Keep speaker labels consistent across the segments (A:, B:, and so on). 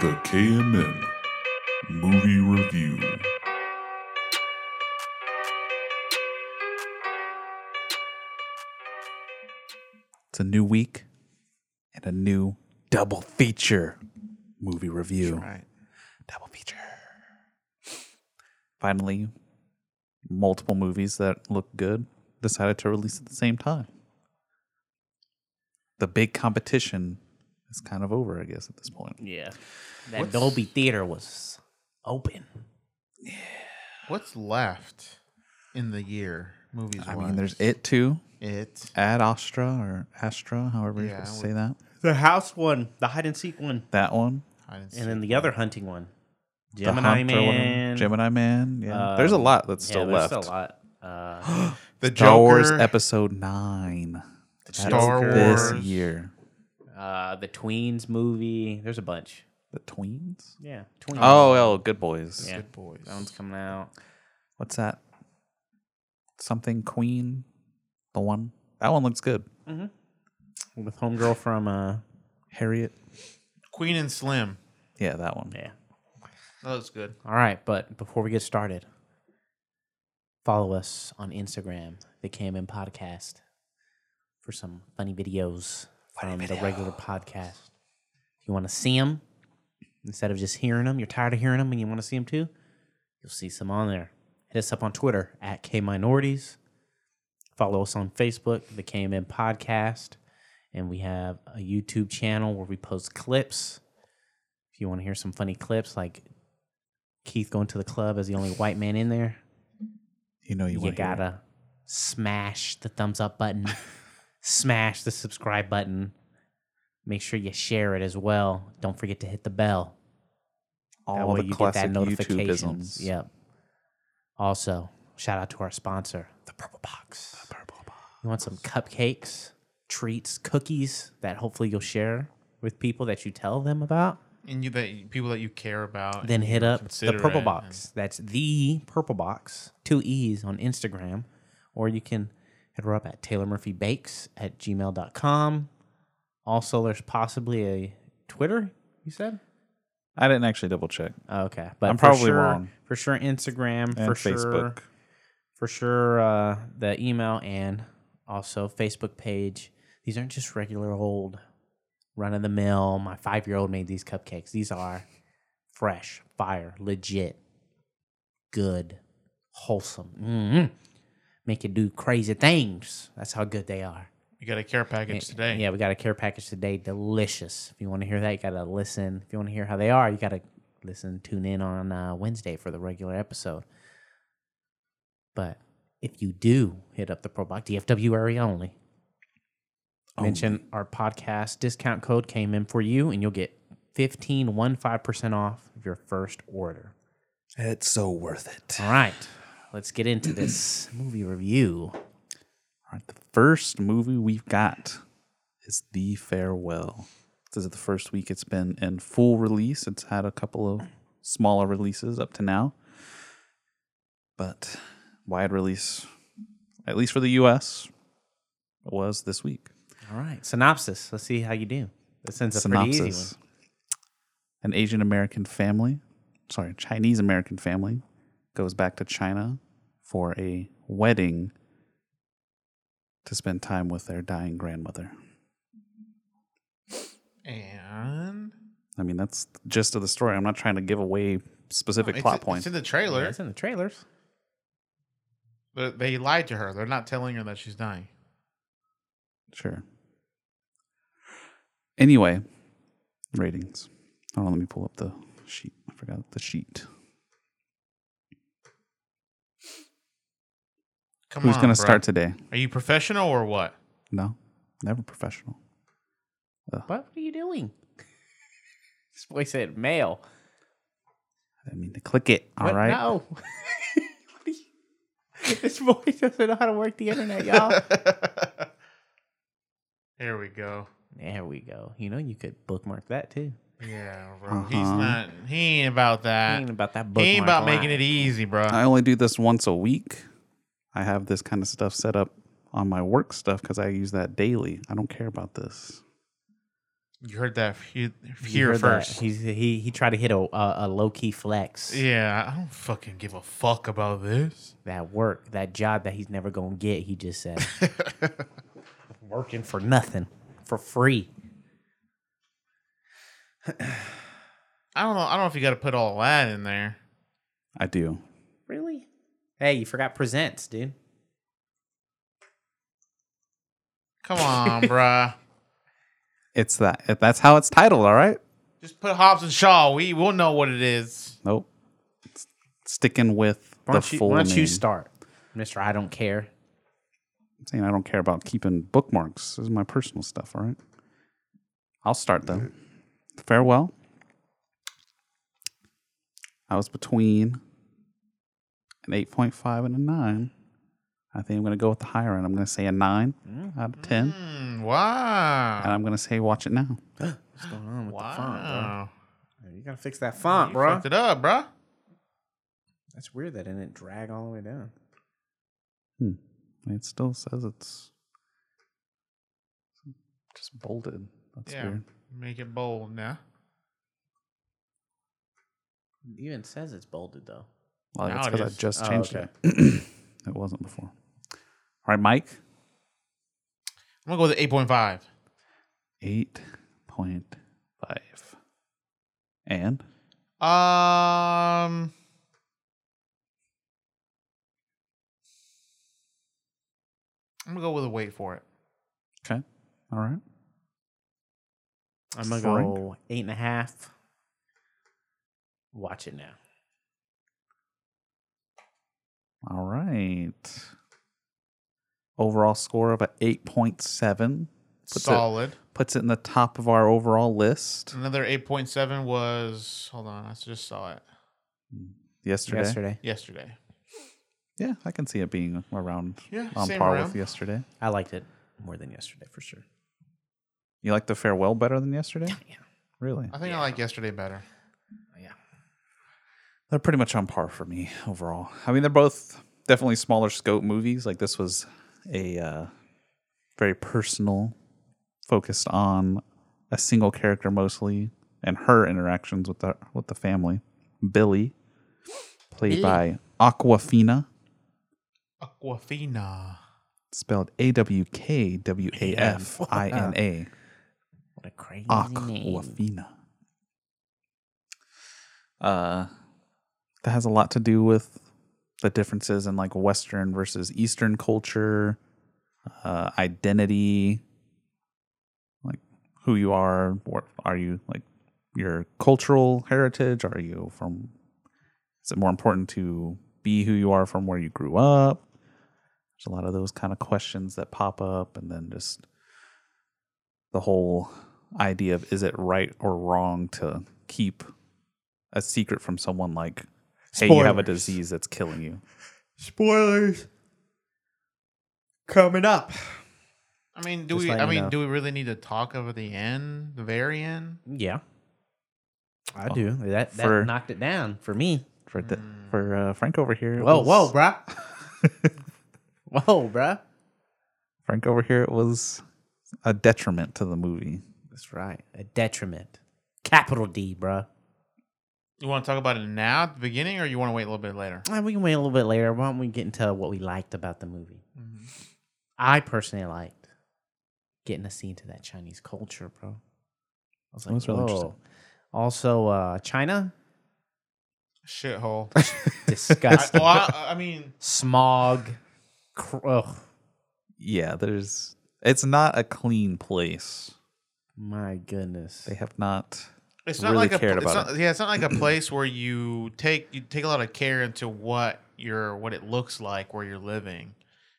A: The KMM Movie Review.
B: It's a new week and a new double feature movie review.
C: Right.
B: Double feature. Finally, multiple movies that look good decided to release at the same time. The big competition is kind of over, I guess, at this point.
C: Yeah.
D: That Dolby Theater was open.
C: What's left in the year movies?
B: I
C: wise?
B: mean, there's It Too,
C: it.
B: Ad Astra, or Astra, however
C: Yeah,
B: you
C: I
B: say
C: would-
B: that.
D: The house one, the hide and seek one,
B: That one.
C: I didn't see.
D: and then the other hunting one.
B: The
D: Gemini
B: Hunt or whatever.
D: Man.
B: Gemini Man. Yeah. there's a
D: Um,
B: lot that's still
D: yeah,
B: left.
D: There's still a lot. Uh,
C: the Joker,
B: Star Wars Episode 9.
C: Star
B: That's
C: Wars.
B: This year.
D: uh, the Tweens movie. There's a bunch.
B: The tweens?
D: Yeah, Tweens.
B: Oh, well, Good Boys.
D: yeah.
C: Good boys.
D: That one's coming out.
B: What's that? Something Queen? The one? That one looks good.
D: with Homegirl from. Uh,
B: Harriet?
C: Queen and Slim.
B: Yeah, that one.
D: yeah.
C: That looks good.
D: All right, but before we get started, follow us on Instagram, the KMN Podcast, for some funny videos from the regular podcast. If you want to see them instead of just hearing them, you're tired of hearing them and you want to see them too, you'll see some on there. Hit us up on Twitter at K Minorities. Follow us on Facebook, the KMN Podcast. And we have a YouTube channel where we post clips. If you want to hear some funny clips like Keith going to the club as the only white man in there,
B: You know you,
D: you
B: want to
D: gotta smash the thumbs up button, smash the subscribe button. Make sure you share it as well. Don't forget to hit the bell. That
B: all
D: way
B: the classic
D: notifications.
B: YouTubeisms.
D: Yep. Also, shout out to our sponsor, the Purple Box. You want some cupcakes, treats, cookies that hopefully you'll share with people that you tell them about?
C: And you that people that you care about.
D: then hit up the
C: consider
D: purple
C: it
D: box that's the purple box two e's on instagram or you can hit her up at taylor murphy bakes at gmail.com also there's possibly a twitter you said
B: I didn't actually double check.
D: oh, okay but
B: I'm
D: for
B: probably
D: sure-
B: wrong.
D: for sure instagram
B: And
D: for sure
B: Facebook.
D: for sure uh, the email and also facebook page these aren't just regular old run-of-the-mill my five-year-old made these cupcakes these are fresh fire legit good wholesome mm make you do crazy things that's how good they are
C: You got a care package today.
D: Eh, yeah, we got a care package today. Delicious. If you want to hear that, you got to listen. If you want to hear how they are, you got to listen, tune in on uh, Wednesday for the regular episode. But if you do hit up the Pro Box, DFW area only, mention our podcast discount code came in for you, and you'll get 15, 15% off of your first order.
B: It's so worth it.
D: All right, let's get into this movie review.
B: All right, the first movie we've got is The Farewell. This is the first week it's been in full release. It's had a couple of smaller releases up to now, but wide release, at least for the U.S., was this week.
D: All right, synopsis. Let's see how you do. This ends a pretty easy one.
B: An Asian American family, sorry, Chinese American family, goes back to China for a wedding to spend time with their dying grandmother.
C: And
B: I mean, that's the gist of the story. I'm not trying to give away specific
C: it's,
B: plot
C: it's
B: points.
C: in the
D: Yeah,
C: trailer.
D: it's in the trailers.
C: But they lied to her. They're not telling her that she's dying.
B: Sure. Anyway, ratings. Hold on, let me pull up the sheet. I forgot the sheet.
C: Come
B: Who's
C: on,
B: going to
C: bro.
B: start today?
C: Are you professional or what?
B: No, never professional.
D: What are you doing? this boy said mail.
B: I mean, to click it. All
D: What?
B: right.
D: No. What are you- this boy doesn't know how to work the internet, y'all.
C: There we go.
D: there we go. You know you could bookmark that too.
C: Yeah, bro. He's
B: Uh-huh.
C: not. He ain't about that.
D: ain't about that
C: Uh, He
D: bookmark.
C: ain't about making
D: line.
C: it easy, bro.
B: I only do this once a week. I have this kind of stuff set up on my work stuff because I use that daily. I don't care about this.
C: You heard that he-
D: You
C: here
D: heard that.
C: first.
D: He's- he he tried to hit a a, a low key flex.
C: Yeah, I don't fucking give a fuck about this.
D: That work, that job that he's never gonna get. He just said, working for nothing, for free.
C: I don't know. I don't know if you got to put all that in there.
B: I do.
D: Really? Hey, you forgot presents, dude.
C: Come on, bruh.
B: It's that. That's how it's titled. All right.
C: Just put Hobbs and Shaw. We will know what it is.
B: Nope. It's Sticking with
D: Why
B: the
D: don't, you,
B: full
D: why don't
B: name.
D: you start, Mister? I don't care.
B: I'm saying I don't care about keeping bookmarks. This is my personal stuff. All right. I'll start though. Farewell. I was between an 8.5 and a 9. I think I'm going to go with the higher end. I'm going to say a 9
C: Mm-hmm.
B: out of 10.
C: Hmm, wow.
B: And I'm going to say watch it now.
D: What's going on with
C: wow.
D: bro? You gotta fix that font,
C: You
D: bro.
C: fucked it up, bruh.
D: That's weird that it didn't drag all the way down.
B: It still says it's just bolded. That's
C: Yeah.
B: weird.
C: Make it bold now.
D: It even says it's bolded though.
B: Well,
C: Now
B: it's
C: it
B: because I
C: is.
B: just
D: Oh,
B: changed
D: okay.
B: it. it wasn't before. All right, Mike.
C: I'm gonna go with eight point five.
B: 8.5. And
C: Um. I'm gonna go with a wait for it.
B: okay. All right.
D: I'm gonna
B: Frank?
D: go eight and a half. Watch it now.
B: All right. Overall score of a 8.7 Puts it-
C: Solid.
B: puts it in the top of our overall list
C: Another eight point seven was. Hold on, I just saw it
B: yesterday.
D: Yesterday,
C: yesterday.
B: Yeah, I can see it being around
C: Yeah,
B: on
C: same
B: par
C: around.
B: with yesterday.
D: I liked it more than yesterday for sure.
B: You like the farewell better than yesterday?
D: Yeah.
B: Really?
C: I think I like yesterday better.
D: Yeah.
B: They're pretty much on par for me overall. I mean, they're both definitely smaller scope movies. Like this was a uh, very personal, focused on a single character mostly and her interactions with the with the family. Billy, played by Aquafina,
C: Aquafina.
B: spelled A W K W A F I N A.
D: What a crazy name.
B: Aquafina. Uh, that has a lot to do with the differences in like Western versus Eastern culture, uh, identity, like who you are. What are you like? Your cultural heritage? Are you from? Is it more important to be who you are from where you grew up? There's a lot of those kind of questions that pop up, and then just the whole idea of is it right or wrong to keep a secret from someone like hey you have a
D: Spoilers.
B: disease that's killing you
D: Spoilers coming up.
C: I mean, do
D: Just
C: we?
D: let
C: I
D: me
C: mean,
D: know.
C: do we really need to talk over the end, the very end?
D: Yeah. I do. That that
B: for-
D: knocked it down for me.
B: for the, for uh, frank over here it
D: Whoa,
B: was-
D: whoa, bruh. whoa, bruh.
B: frank over here it was a detriment to the movie
D: That's right. A detriment. Capital D, bruh.
C: You want to talk about it now at the beginning, or you want to wait a little bit later?
D: Ah, we can wait a little bit later. Why don't we get into what we liked about the movie? I personally liked getting a scene to that Chinese culture, bro. I was like,
B: was really
D: whoa.
B: interesting.
D: Also, uh, China,
C: Shithole. I,
D: disgusting.
C: well, I, I mean,
D: Smog. Cr- ugh,
B: yeah there's it's not a clean place
D: my goodness.
B: they have not
C: it's not
B: Really
C: like a.
B: cared
C: it's
B: about
C: not- Yeah, it's not like a place where you take you take a lot of care into what your what it looks like where you're living.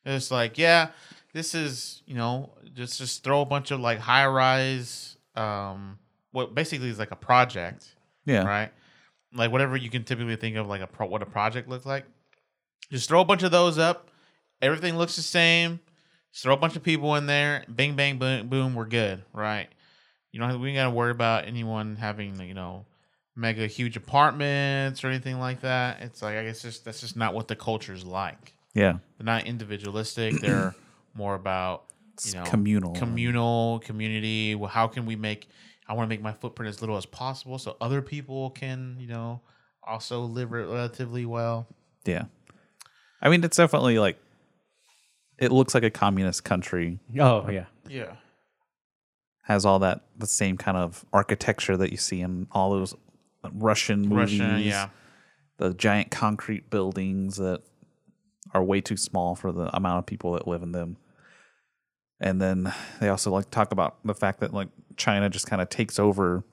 C: It's like, yeah, this is you know just just throw a bunch of like high rise, um, what basically is like a project.
B: yeah
C: right? Like whatever you can typically think of, like a pro- what a project looks like. Just throw a bunch of those up. Everything looks the same. Just throw a bunch of people in there. Bing, bang, boom, boom. We're good, right? You know, we ain't gotta worry about anyone having you know mega huge apartments or anything like that. It's like I guess just that's just not what the culture's like.
B: yeah
C: They're not individualistic. They're more about
B: it's
C: you know
B: communal
C: communal community well, how can we make I want to make my footprint as little as possible so other people can, you know, also live re- relatively well.
B: Yeah. I mean, it's definitely like it looks like a communist country
D: Oh yeah.
C: Yeah.
B: has all that the same kind of architecture that you see in all those Russian movies.
C: Russia, yeah.
B: The giant concrete buildings that are way too small for the amount of people that live in them. And then they also like talk about the fact that like China just kind of takes over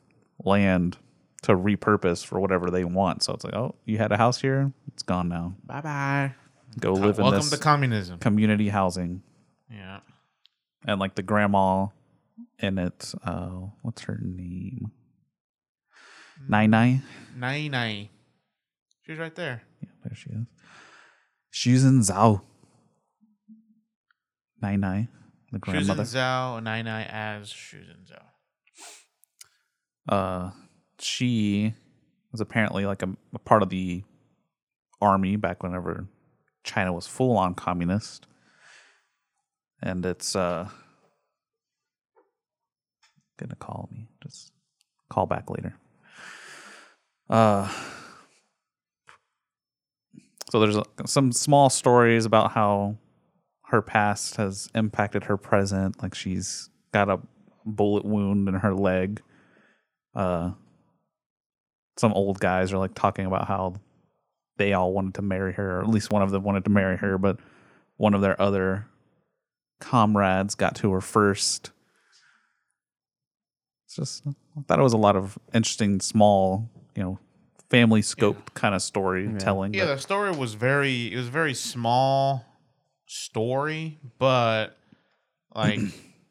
B: land to repurpose for whatever they want. So it's like, oh, you had a house here, it's gone now.
C: Bye bye.
B: Go live in
C: Welcome
B: this
C: to communism.
B: community housing.
C: yeah.
B: and like the grandma and it's uh what's her name nai nai
C: Nai Nai. She was right there.
B: yeah there she is she's in zao nai nai the
C: Shuzen
B: grandmother
C: Zhao, Nai Nai as Shuzen Zhao.
B: uh she was apparently like a, a part of the army back whenever china was full on communist and it's uh gonna call me just call back later uh so there's uh, some small stories about how her past has impacted her present like she's got a bullet wound in her leg uh some old guys are like talking about how they all wanted to marry her or at least one of them wanted to marry her but one of their other comrades got to her first it's just i thought it was a lot of interesting small you know family scope kind of storytelling
C: Yeah,
B: but
C: the story was very it was a very small story, but like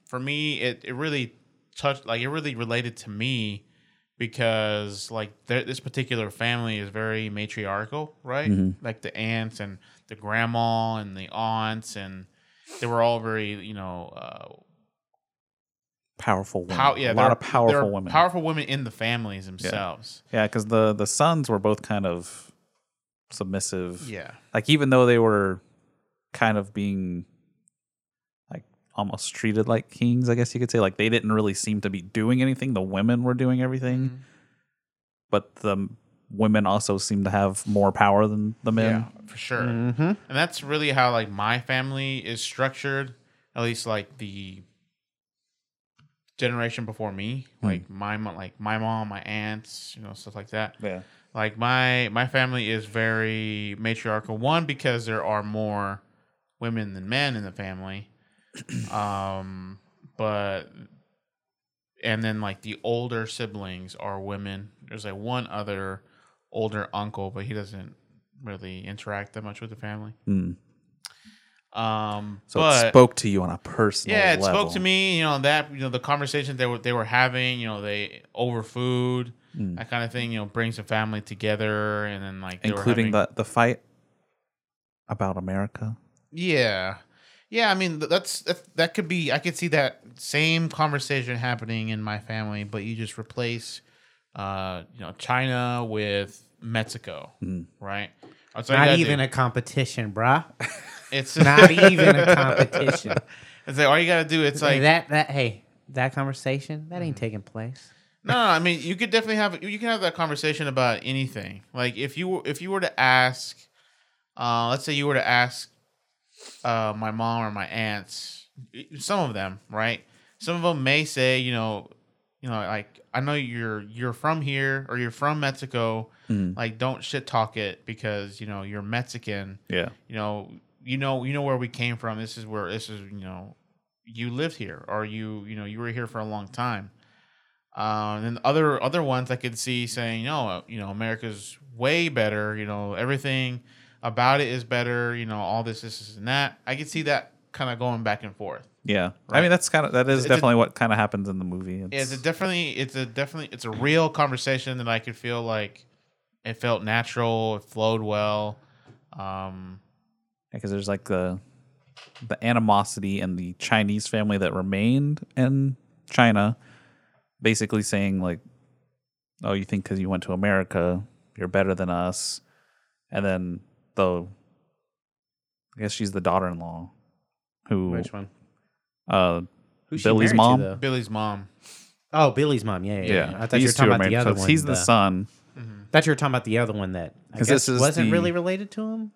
C: for me it, it really touched like it really related to me because like there, this particular family is very matriarchal, right?
B: Mm-hmm.
C: Like the aunts and the grandma and the aunts and they were all very, you know, uh,
B: powerful women
C: pow- yeah,
B: a
C: they
B: lot
C: were-
B: of
C: they were
B: powerful women
C: powerful women in the families themselves.
B: yeah because the the sons were both kind of submissive
C: Yeah,
B: like even though they were kind of being like almost treated like kings i guess you could say like they didn't really seem to be doing anything the women were doing everything
C: Mm-hmm.
B: but the women also seem to have more power than the men
C: yeah, for sure.
D: Mm-hmm.
C: and that's really how like my family is structured at least like the generation before me like my mom like my mom my aunts you know stuff like that
B: yeah
C: like my my family is very matriarchal one because there are more women than men in the family um but and then like the older siblings are women there's like one other older uncle but he doesn't really interact that much with the family
B: Hmm.
C: um
B: so
C: but,
B: it spoke to you on a personal
C: yeah it
B: level.
C: spoke to me you know that you know the conversation they were they were having you know they over food
B: Mm.
C: that kind of thing you know brings the family together and then like they were
B: including the
C: having-
B: the fight about america
C: yeah yeah i mean th- that's, that's that could be i could see that same conversation happening in my family but you just replace uh you know china with mexico
B: Hmm.
C: right That's all you
D: Not
C: gotta
D: even
C: do.
D: a competition, bruh.
C: it's
D: Not even a competition.
C: it's like all you gotta do it's like
D: that that hey, that conversation that ain't taking place.
C: No, no, I mean you could definitely have you can have that conversation about anything. Like if you were if you were to ask, uh, let's say you were to ask uh, my mom or my aunts, some of them, right? Some of them may say, you know, you know, like I know you're you're from here or you're from Mexico, like don't shit talk it because you know you're Mexican
B: yeah
C: you know, you know, you know where we came from. This is where this is, you know, you lived here or you, you know, you were here for a long time. Um, and then other other ones I could see saying, no, uh, you know, America's way better. You know, everything about it is better. You know, all this, this, this and that. I could see that kind of going back and forth.
B: yeah i
C: Right.
B: mean that's kind of that is
C: It's a-
B: definitely what kind of happens in the movie
C: It's a definitely, it's a definitely, it's a real conversation that I could feel like it felt natural, it flowed well. Um,
B: because there's like the the animosity and the Chinese family that remained in China, basically saying like, "Oh, you think because you went to America, you're better than us," and then the I guess she's the daughter-in-law who
D: one?
B: uh
D: Who's she
B: Billy's
D: married to,
B: mom.
D: though?
C: Billy's mom.
D: Oh, Billy's mom. Yeah, yeah. yeah. I thought you were
B: These two
D: talking
B: are
D: about the
B: married.
D: other
B: so
D: one.
B: He's the, son.
D: That you were talking about the other one that I
B: 'Cause
D: guess
B: this is
D: wasn't
B: the-
D: really related to him,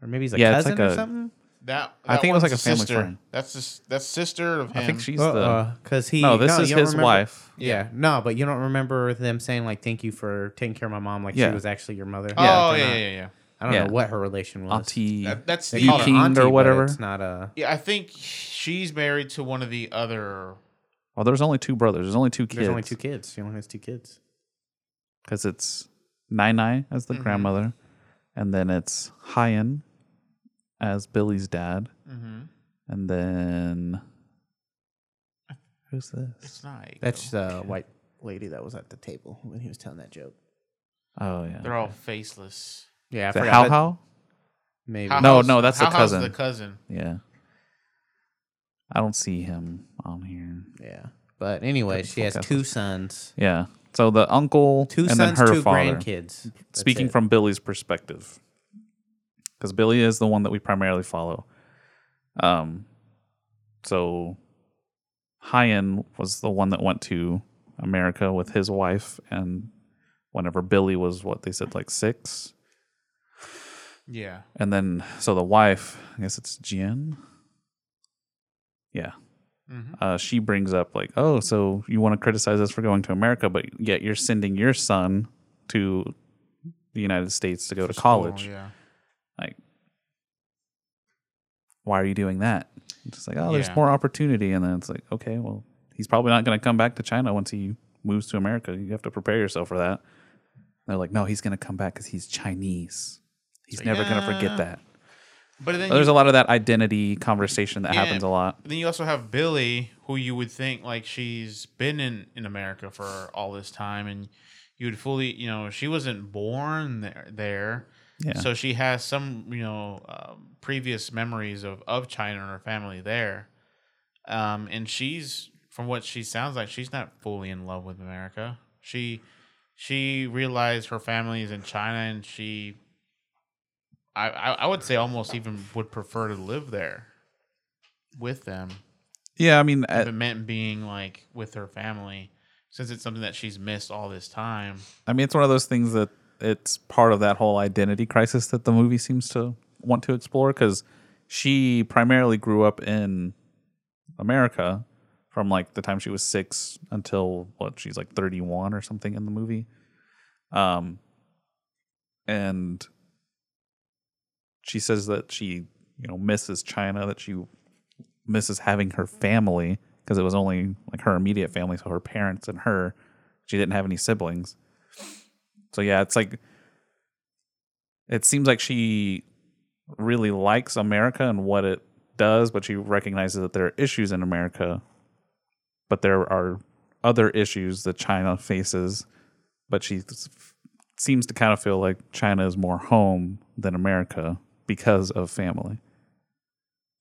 D: or maybe he's a
B: Yeah, it's
D: cousin
B: like
D: or
B: a-
D: something.
C: That,
B: I
C: that
B: think it was
C: one's
B: like a family
C: sister.
B: friend.
C: That's his, that's sister of him.
B: I think she's the.
D: Because Uh-uh, he
B: No, this is
D: you don't
B: his
D: remember-
B: wife.
D: Yeah, no, but you don't remember them saying like "thank you for taking care of my mom," like
B: Yeah. E.
D: she was actually your mother.
C: Oh
D: Like,
C: yeah,
D: they're
C: yeah,
D: not-
C: yeah, yeah.
D: I don't
B: Yeah.
D: know what her relation was.
B: Auntie.
C: That- that's
D: They
C: the
D: call her
B: Yuki.
C: other.
D: auntie,
B: or
D: but
B: whatever.
D: It's not uh, a.
C: Yeah, I think she's married to one of the other.
B: Well, Oh, there's only two brothers. There's only two kids.
D: There's only two kids. She only has two kids.
B: Because it's Nai Nai as
D: Mm-hmm.
B: the grandmother, and then it's Hyen as Billy's dad,
C: Mm-hmm.
B: and then who's this?
C: It's not. E, Aiko.
D: That's the white lady that was at the table when he was telling that joke.
B: Oh yeah,
C: They're all faceless.
D: Yeah, I
B: Is it
D: forgot
B: How
D: that-
B: How?
D: Maybe
C: How
B: No,
C: How's-
B: no, that's the
C: How How's
B: cousin.
C: The cousin.
B: Yeah, I don't see him on here.
D: Yeah, but anyway, she has
B: forecast.
D: two sons,
B: Yeah, so the uncle
D: two
B: and
D: sons,
B: then her
D: two
B: father.
D: grandkids. That's
B: Speaking
D: it.
B: from Billy's perspective, because Billy is the one that we primarily follow. Um, so Hyen was the one that went to America with his wife, and whenever Billy was what they said like six,
C: Yeah.
B: and then so the wife, I guess it's Jen. Yeah,
C: Mhm.
B: uh, she brings up like, oh, so you want to criticize us for going to America, but yet you're sending your son to the United States to go to college.
C: School, yeah.
B: Like, why are you doing that? It's just like, oh, there's
C: Yeah.
B: more opportunity, and then it's like, okay, well, he's probably not going to come back to China once he moves to America. You have to prepare yourself for that. They're like, no, he's going to come back because he's Chinese. He's never going to
C: yeah.
B: forget that.
C: But then
B: There's
C: you,
B: a lot of that identity conversation that
C: Yeah.
B: happens a lot.
C: then you also have Billy, who you would think like she's been in in America for all this time, and you would fully, you know, she wasn't born there. There.
B: Yeah.
C: So she has some, you know, um, previous memories of, of China and her family there. Um, and she's, from what she sounds like, she's not fully in love with America. She she realized her family is in China, and she, I I, I would say, almost even would prefer to live there with them,
B: Yeah, I mean, uh,
C: if
B: I,
C: it meant being like with her family, since it's something that she's missed all this time.
B: I mean, it's one of those things that it's part of that whole identity crisis that the movie seems to want to explore because she primarily grew up in America from like the time she was six until what she's like 31 or something in the movie. Um, and she says that she, you know, misses China, that she misses having her family because it was only like her immediate family, so her parents and her. She didn't have any siblings. So yeah, it's like it seems like she really likes America and what it does, but she recognizes that there are issues in America, but there are other issues that China faces, but she s- seems to kind of feel like China is more home than America because of family.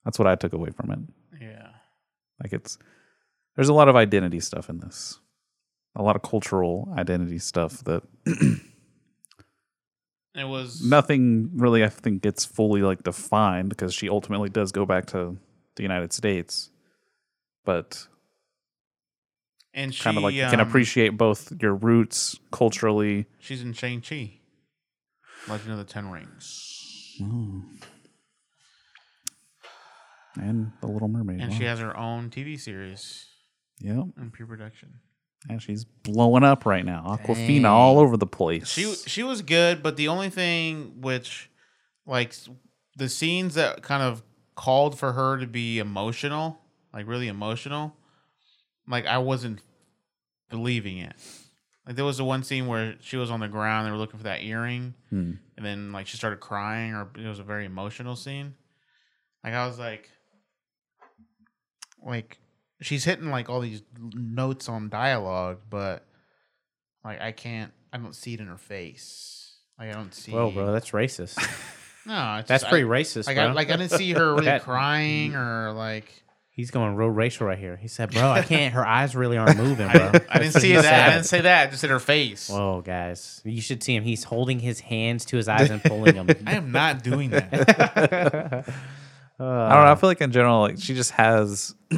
B: That's what I took away from it.
C: Yeah.
B: Like it's there's a lot of identity stuff in this. A lot of cultural identity stuff that
C: It was
B: nothing really I think gets fully like defined because she ultimately does go back to the United States. But
C: and she
B: kind of like you can
C: um,
B: appreciate both your roots culturally.
C: She's in Shang Chi, Legend of the Ten Rings,
B: And the Little Mermaid.
C: and
B: wow.
C: she has her own TV series
B: yep.
C: in pre-production.
B: And she's blowing up right now. Aquafina all over the place.
C: She she was good, but the only thing which, like, s- the scenes that kind of called for her to be emotional, like really emotional, like I wasn't believing it. Like there was the one scene where she was on the ground, they were looking for that earring,
B: Hmm.
C: and then like she started crying, or it was a very emotional scene. Like I was like, like she's hitting like all these notes on dialogue, but like I can't, I don't see it in her face. Like I don't see.
D: Well, bro, that's racist.
C: no, it's
D: That's
C: just-
D: pretty
C: I,
D: racist,
C: Like
D: bro.
C: I, like I didn't see her really
D: That-
C: crying or like.
D: He's going real racial right here. He said, "Bro, I can't. Her eyes really aren't moving, bro."
C: I didn't see that. I didn't say that. I just in her face.
D: Whoa, guys, you should see him. He's holding his hands to his eyes and pulling them.
C: I am not doing that.
D: oh
B: I don't know. I feel like in general, like she just has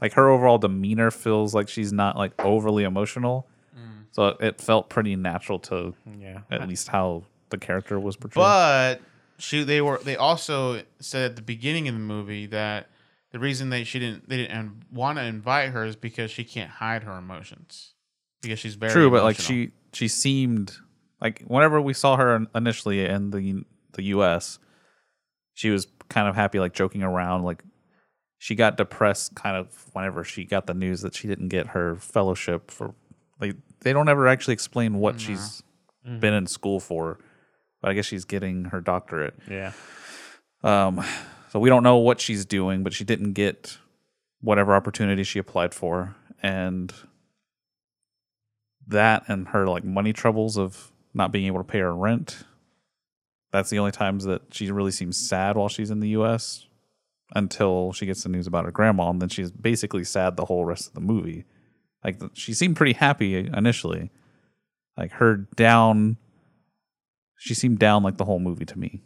B: like her overall demeanor feels like she's not like overly emotional.
C: Mm.
B: So it, it felt pretty natural to
D: Yeah.
B: at least how the character was portrayed.
C: But she they were they also said at the beginning of the movie that the reason they she didn't they didn't want to invite her is because she can't hide her emotions because she's very
B: True, but like
C: emotional.
B: she she seemed like whenever we saw her in- initially in the the U.S., she was kind of happy, like joking around. Like she got depressed, kind of whenever she got the news that she didn't get her fellowship for. Like they don't ever actually explain what
C: Mm-hmm.
B: she's been in school for, but I guess she's getting her doctorate.
D: Yeah.
B: Um, so we don't know what she's doing, but she didn't get whatever opportunity she applied for, and that and her like money troubles of not being able to pay her rent. That's the only times that she really seems sad while she's in the U.S. Until she gets the news about her grandma, and then she's basically sad the whole rest of the movie. Like th- she seemed pretty happy initially. Like her down, she seemed down like the whole movie to me.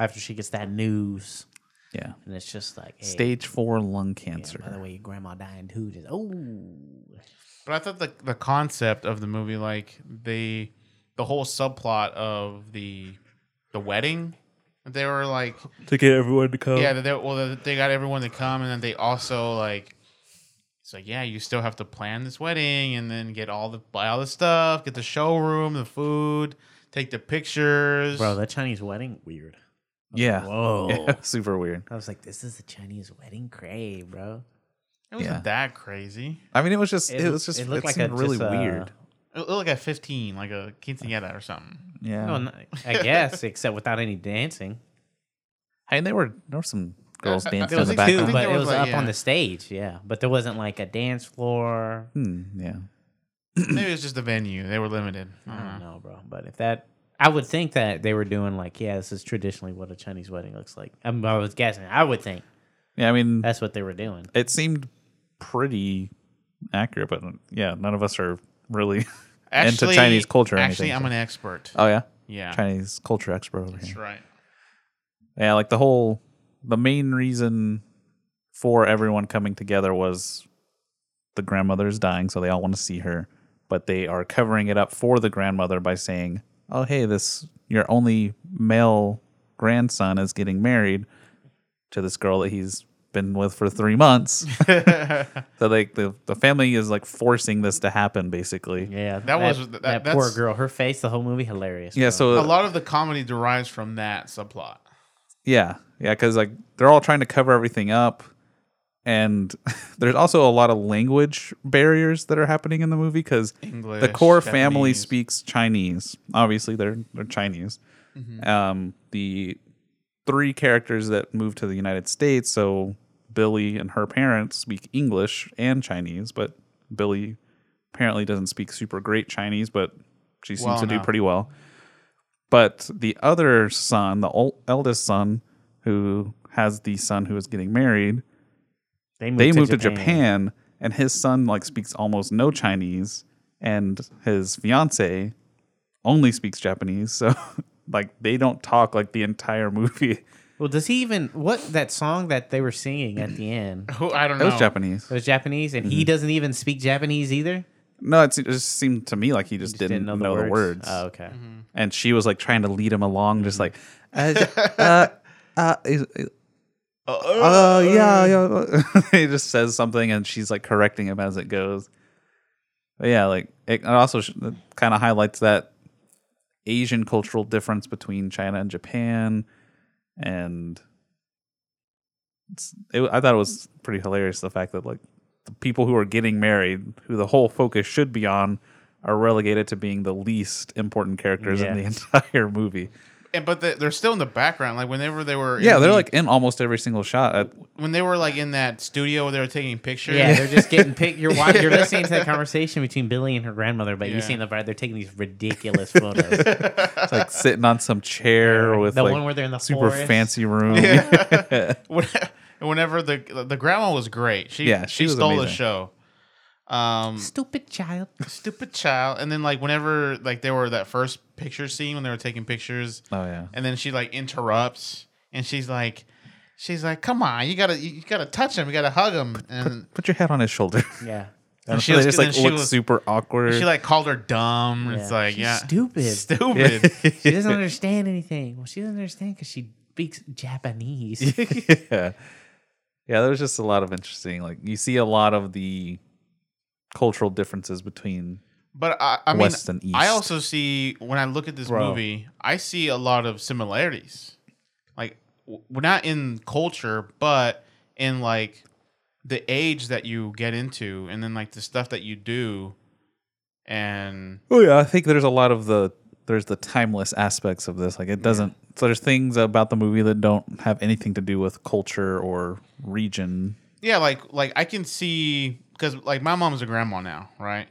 D: After she gets that news,
B: Yeah.
D: and it's just like, hey,
B: stage four lung
D: yeah,
B: cancer.
D: by the way, your grandma dying too. Just, oh,
C: But I thought the the concept of the movie, like the the whole subplot of the the wedding, they were like
B: to get everyone to come.
C: yeah, they well they- they got everyone to come, and then they also like it's like yeah, you still have to plan this wedding, and then get all the buy all the stuff, get the showroom, the food, take the pictures.
D: bro, that Chinese wedding, weird.
B: yeah.
D: Whoa.
B: Yeah, super weird.
D: I was like, this is a Chinese wedding, cray, bro.
C: it wasn't
B: yeah.
C: that crazy.
B: I mean, it was just it, was just it,
D: looked a-
B: seemed really
D: just uh, a-
B: weird.
C: It looked like a fifteen, like a quinceañera or something.
B: yeah.
D: no, Oh, n- I guess, except without any dancing.
B: I mean, there were there were some girls
C: I- I-
B: dancing
C: there
B: in
C: was
B: the
C: like two,
B: background.
D: but
C: there
D: it was
C: was, like,
D: up on
C: yeah.
D: the stage, yeah. But there wasn't like a dance floor.
B: Hmm, yeah.
C: Maybe it was just the venue; they were limited. I
D: I
C: don't
D: don't
C: know.
D: know, bro. But if that, I would think that they were doing like, yeah, this is traditionally what a Chinese wedding looks like. I, mean, I was guessing. I would think
B: Yeah. I mean,
D: that's what they were doing.
B: it seemed pretty accurate, but yeah, none of us are really. Into Chinese culture or
C: Actually,
B: anything,
C: I'm
B: so.
C: an expert.
B: oh yeah,
C: Yeah,
B: Chinese culture expert over
C: that's
B: here.
C: right.
B: Yeah, like the whole the main reason for everyone coming together was the grandmother is dying, so they all want to see her, but they are covering it up for the grandmother by saying, "Oh, hey, this your only male grandson is getting married to this girl that he's been with for 3 months." so like the the family is like forcing this to happen basically.
D: Yeah,
C: That was- that-
D: that, poor
C: that's-
D: girl. Her face, the whole movie, hilarious.
B: Yeah,
D: bro.
B: so
C: a lot of the comedy derives from that subplot.
B: Yeah, yeah, because like they're all trying to cover everything up, and there's also a lot of language barriers that are happening in the movie because
C: English,
B: the core family
C: Japanese.
B: speaks Chinese. Obviously, they're they're Chinese.
C: Mm-hmm.
B: Um, the three characters that moved to the United States, so Billy and her parents speak English and Chinese, but Billy apparently doesn't speak super great Chinese, but she seems
C: Well,
B: to do
C: no.
B: pretty well. But the other son, the ol eldest son, who has the son who is getting married,
D: moved,
B: they moved to Japan, and his son like speaks almost no Chinese, and his fiance only speaks Japanese. So like they don't talk like the entire movie.
D: Well, does he even what that song that they were singing at the end?
C: Who I don't
B: It
C: know.
B: was Japanese.
D: It was Japanese, and
B: Mm-hmm.
D: he doesn't even speak Japanese either.
B: No, it's, it just seemed to me like he just,
D: Just
B: didn't, know, the words.
D: Oh, okay.
C: Mm-hmm.
B: and she was like trying to lead him along, just like, uh, uh, uh, is- is- uh, yeah, yeah. he just says something, and she's like correcting him as it goes. But yeah, like it also sh- kind of highlights that Asian cultural difference between China and Japan, and it's, it, I thought it was pretty hilarious the fact that like the people who are getting married, who the whole focus should be on, are relegated to being the least important characters in the
D: Yeah.
B: entire movie.
C: And, but they- they're still in the background. Like whenever they were, in
B: Yeah, they're
C: the-
B: like in almost every single shot. I,
C: when they were like in that studio where they were taking pictures.
D: Yeah, they're just getting picked. You're watching, you're listening to that conversation between Billy and her grandmother, but
C: Yeah.
D: you're seeing the bride. They're taking these ridiculous photos.
B: it's like sitting on some chair with
D: the
B: like
D: one where they're in the
B: super
D: forest.
B: fancy room. Yeah.
C: Yeah. When- whenever the the grandma was great. She
B: Yeah, she
C: she,
B: was
C: stole the
B: amazing.
C: show. Um,
D: Stupid child.
C: stupid child. And then like whenever like they were that first picture scene when they were taking pictures,
B: Oh yeah.
C: and then she like interrupts and she's like, she's like, come on, you gotta, you gotta touch him, you gotta hug him, and
B: Put your head on his shoulder.
D: Yeah.
B: And
C: she
B: she
C: was-
B: just like
C: and she
B: looked
C: was-
B: super awkward.
C: she like called her dumb. It's
D: Yeah.
C: like,
D: She's
C: yeah,
D: stupid.
C: stupid.
D: She doesn't understand anything. Well, she doesn't understand because she speaks Japanese.
B: yeah. Yeah, there was just a lot of interesting like you see a lot of the cultural differences between
C: But I, I mean,
B: West and
C: I
B: East.
C: also see when I look at this
B: Bro.
C: movie, I see a lot of similarities. Like w- we're not in culture, but in like the age that you get into, and then like the stuff that you do, and
B: Oh yeah, I think there's a lot of the there's the timeless aspects of this. Like it doesn't so there's things about the movie that don't have anything to do with culture or region.
C: yeah, like like I can see because like my mom's a grandma now, right?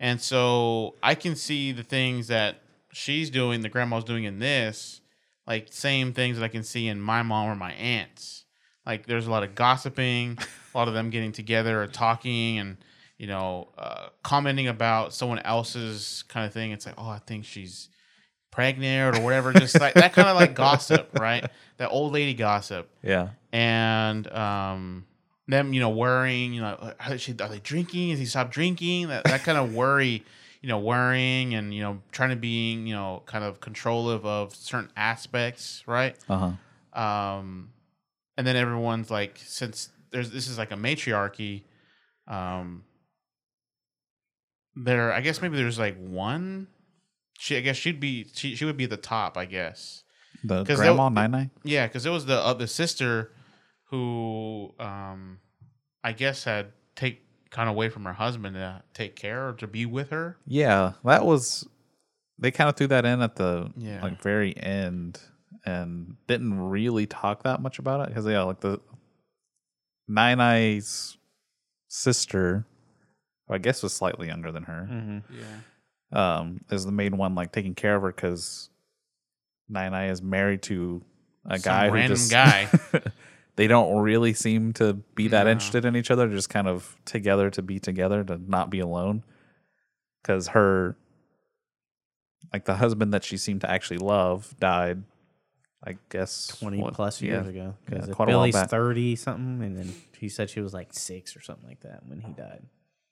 C: And so I can see the things that she's doing, the grandma's doing in this, like same things that I can see in my mom or my aunts. Like there's a lot of gossiping, a lot of them getting together or talking and you know uh, commenting about someone else's kind of thing. It's like, oh, I think she's pregnant or whatever, just like that kind of like gossip, right? That old lady gossip
B: Yeah.
C: and um, them, you know, worrying, you know, are they, are they drinking? Has he stopped drinking? That, that kind of worry, you know, worrying and, you know, trying to being, you know, kind of controllative of certain aspects, right?
B: Uh-huh.
C: Um, and then everyone's like, since there's this is like a matriarchy, um, there, I guess maybe there's like one. She, I guess she'd be, she, she would be at the top, I guess.
B: The
C: 'Cause
B: grandma
C: they'll-
B: nine nine.
C: Yeah, because it was the uh, the sister who, um, I guess, had take kind of away from her husband to take care or to be with her.
B: Yeah, that was they kind of threw that in at the
C: Yeah.
B: like very end and didn't really talk that much about it because yeah, like the Nine Eyes sister, who I guess was slightly younger than her,
D: Mm-hmm.
C: Yeah,
B: um, is the main one like taking care of her because Nine Eye is married to a
C: Some
B: guy who
C: random
B: just
C: guy.
B: they don't really seem to be that
C: No.
B: interested in each other. They're just kind of together to be together to not be alone. Because her, like the husband that she seemed to actually love, died. I guess
D: 20
B: what-
D: plus years
B: yeah.
D: ago.
B: Yeah,
D: 'Cause if
B: quite a while
D: Billy's
B: back.
D: 30 something, and then she said she was like six or something like that when he died.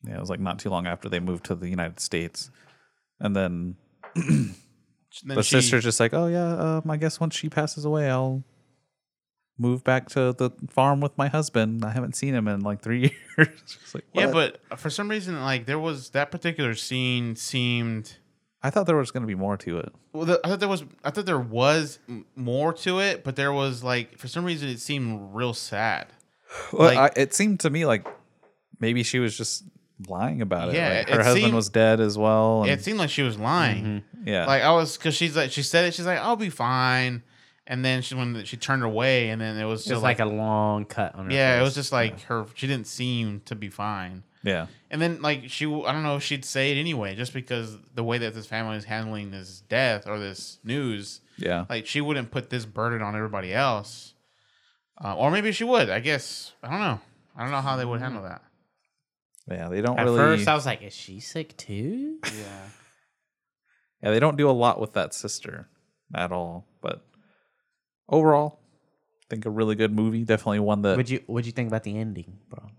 B: Yeah, it was like not too long after they moved to the United States, and then
C: Then
B: the
C: she-
B: sister's just like, "Oh yeah, um, I guess once she passes away, I'll move back to the farm with my husband. I haven't seen him in like three years." It's like,
C: Yeah,
B: what?
C: but for some reason, like there was that particular scene seemed.
B: I thought there was going to be more to it.
C: Well, the, I thought there was. I thought there was m- more to it, but there was like for some reason it seemed real sad.
B: Well,
C: Like-
B: I, it seemed to me like maybe she was just lying about it.
C: Yeah,
B: like,
C: it
B: her husband
C: seemed-
B: was dead as well. And,
C: It seemed like she was lying.
B: Mm-hmm. yeah,
C: Like I was, cause she's like she said it. She's like, "I'll be fine," and then she when she turned away, and then it was
D: Just
C: just
D: like, a long cut on her.
C: Yeah, it was
D: face.
C: just like her. She didn't seem to be fine.
B: yeah,
C: And then like she, I don't know if she'd say it anyway, just because the way that this family is handling this death or this news,
B: yeah.
C: like she wouldn't put this burden on everybody else. Uh, or maybe she would. I guess I don't know. I don't know how they would handle that.
B: yeah, they don't
D: At
B: really.
D: first, I was like, is she sick too?
C: Yeah.
B: yeah, they don't do a lot with that sister at all. But overall, I think a really good movie. Definitely one that.
D: What'd you, what'd you think about the ending, bro?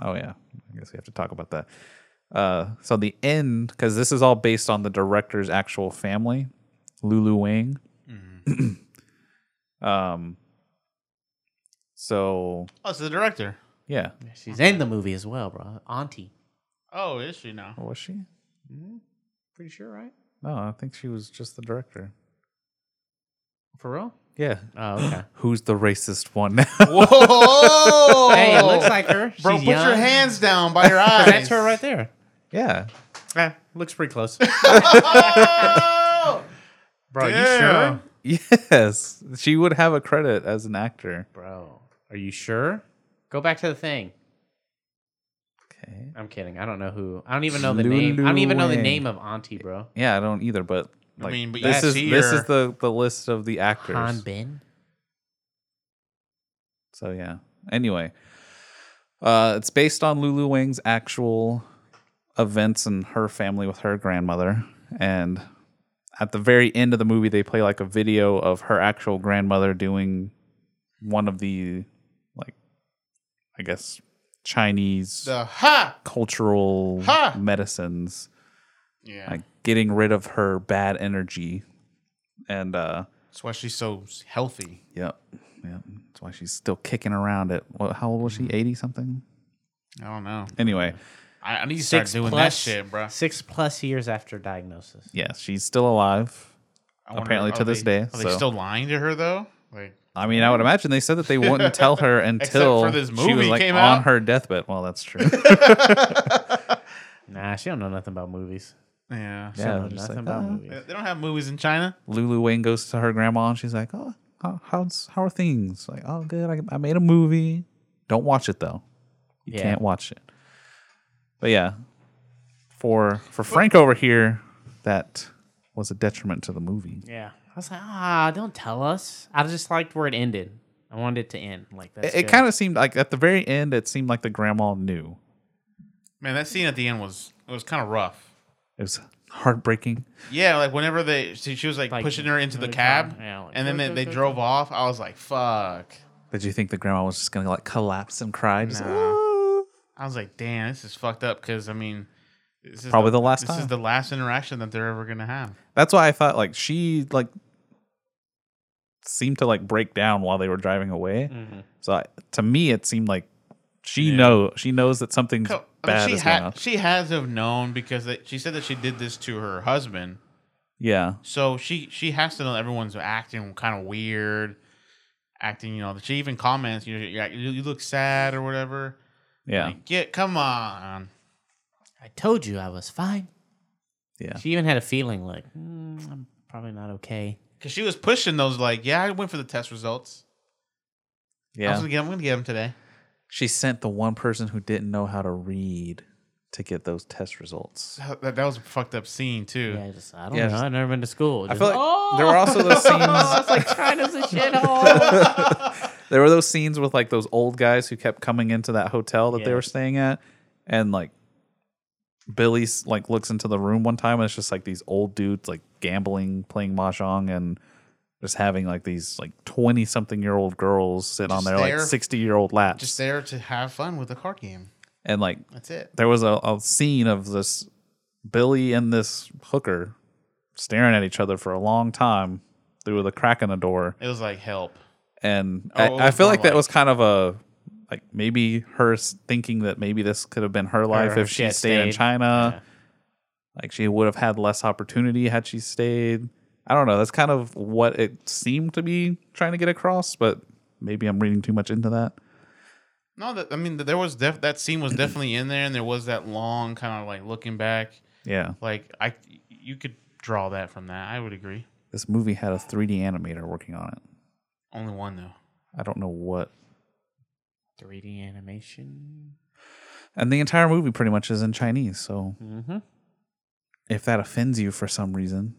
B: Oh yeah, I guess we have to talk about that. Uh, so the end, because this is all based on the director's actual family, Lulu Wang. um. So
C: Oh, so the director.
B: yeah,
D: She's in the movie as well, bro. Auntie.
C: Oh, is she now?
B: Or was she?
D: Pretty sure, right?
B: No, I think she was just the director.
D: For real?
B: Yeah.
D: Oh, okay.
B: Who's the racist one now?
C: Whoa!
D: hey, it looks like her.
C: bro,
D: She's
C: put your
D: young.
C: hands down by your eyes.
D: That's her right there.
B: yeah.
D: Yeah, looks pretty close.
C: Oh!
D: Bro,
C: Damn.
D: you sure?
B: Yes. She would have a credit as an actor.
D: Bro, are you sure? Go back to the thing.
B: Okay.
D: I'm kidding. I don't know who. I don't even know the name. I don't even know the
B: Lulu
D: name of Auntie, bro.
B: Yeah, I don't either, but
C: I
B: like
C: mean, but
B: this
C: yeah,
B: is
C: she uh,
B: this
C: or-
B: is the the list of the actors.
D: Han Bin.
B: So yeah. Anyway, uh, it's based on Lulu Wang's actual events and her family with her grandmother. And at the very end of the movie, they play like a video of her actual grandmother doing one of the like I guess Chinese
C: The ha
B: cultural
C: Ha!
B: medicines,
C: yeah.
B: like getting rid of her bad energy. And uh
C: That's why she's so healthy.
B: yep, yep. That's why she's still kicking around at what how old was
C: Mm.
B: she? 80 something?
C: I don't know.
B: Anyway,
C: I, I need to start doing that shit, bro.
D: Six plus years after diagnosis.
B: yeah, she's still alive.
C: I wonder,
B: apparently
C: are
B: to this
C: they-
B: day,
C: Are they
B: so.
C: still lying to her though? Like
B: I mean, I would imagine they said that they wouldn't tell her until
C: for this
B: she was
C: movie
B: like
C: came
B: on
C: out.
B: her deathbed. Well, that's true.
D: Nah, she don't know nothing about movies.
C: yeah.
D: She
B: Yeah,
D: don't know
B: just like,
D: nothing about
B: "Uh,
D: movies.
C: They they don't have movies in China.
B: Lulu Wayne goes to her grandma and she's like, "Oh, how how's, how are things? Like, oh, good. I, I made a movie. Don't watch it though. You
D: Yeah.
B: can't watch it." But yeah, for for Frank over here, that was a detriment to the movie.
D: Yeah. I was like, ah, don't tell us. I just liked where it ended. I wanted it to end. Like that.
B: It, it kind of seemed like at the very end, it seemed like the grandma knew.
C: Man, that scene at the end was it was kind of rough.
B: It was heartbreaking.
C: Yeah, like whenever they she, she was like,
D: Like,
C: pushing her into the
D: really
C: cab,
D: trying- yeah, like,
C: and then
D: go,
C: they,
D: go,
C: they
D: go,
C: drove off. I was like, fuck.
B: Did you think the grandma was just gonna like collapse and cry? Just,
C: Nah.
B: "Ah."
C: I was like, damn, this is fucked up. Because I mean, this is
B: Probably the last
C: This
B: time.
C: is the last interaction that they're ever gonna have.
B: That's why I thought like she like seemed to like break down while they were driving away.
C: Mm-hmm.
B: So I, to me, it seemed like she know she knows that something's
C: Co- I mean,
B: bad
C: she,
B: is going
C: ha-
B: on.
C: she has to have known because they, she said that she did this to her husband.
B: Yeah,
C: So she she has to know everyone's acting kind of weird, acting. You know, she even comments, you know, you're like, you you look sad or whatever.
B: yeah,
C: Like, get come on.
D: I told you I was fine.
B: yeah.
D: She even had a feeling like, mm, I'm probably not okay.
C: Because she was pushing those like, yeah, I went for the test results. I
B: yeah.
C: was gonna get, I'm gonna get them today.
B: she sent the one person who didn't know how to read to get those test results.
C: That, that was a fucked up scene too.
D: Yeah, just, I don't
B: Yeah,
D: know.
B: just-
D: I've never been to school.
B: I
D: Just,
B: feel like
D: oh,
B: there were also those scenes.
D: it's like China's a shithole.
B: There were those scenes with like those old guys who kept coming into that hotel that they
D: Yeah.
B: were staying at, and like Billy s- like looks into the room one time and it's just like these old dudes like gambling, playing mahjong, and just having like these like twenty something year old girls sit on
C: Just
B: their
C: there.
B: like sixty year old laps,
C: Just there to have fun with the card game.
B: and like
C: That's it.
B: there was a, a scene of this Billy and this hooker staring at each other for a long time through the crack in the door.
C: It was like help.
B: and
C: Oh, it
B: I, I
C: was
B: feel
C: more
B: like that
C: like-
B: was kind of a like maybe her s- thinking that maybe this could have been her life
D: Or
B: if
D: she
B: she
D: had
B: stayed, in
D: stayed.
B: China. Like she would have had less opportunity had she stayed. I don't know. That's kind of what it seemed to be trying to get across, but maybe I'm reading too much into that.
C: No, that I mean, there was def- that scene was definitely in there, and there was that long kind of like looking back.
B: Yeah,
C: Like I, you could draw that from that. I would agree.
B: this movie had a 3D animator working on it.
C: Only one though.
B: I don't know what.
D: 3D animation.
B: And the entire movie pretty much is in Chinese, so
D: Mm-hmm.
B: if that offends you for some reason,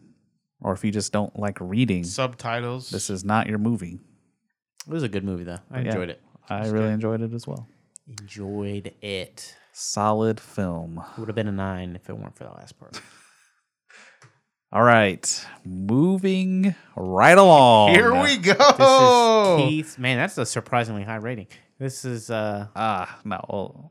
B: or if you just don't like reading,
C: Subtitles.
B: this is not your movie.
D: It was a good movie though. I
B: Yeah.
D: enjoyed it.
B: I really enjoyed it as well.
D: Enjoyed it.
B: Solid film.
D: Would have been a nine if it weren't for the last part.
B: All right, moving right along.
C: Here we go.
D: This
B: Oh!
D: is Keith. Man, that's a surprisingly high rating. This is uh
B: Ah, no.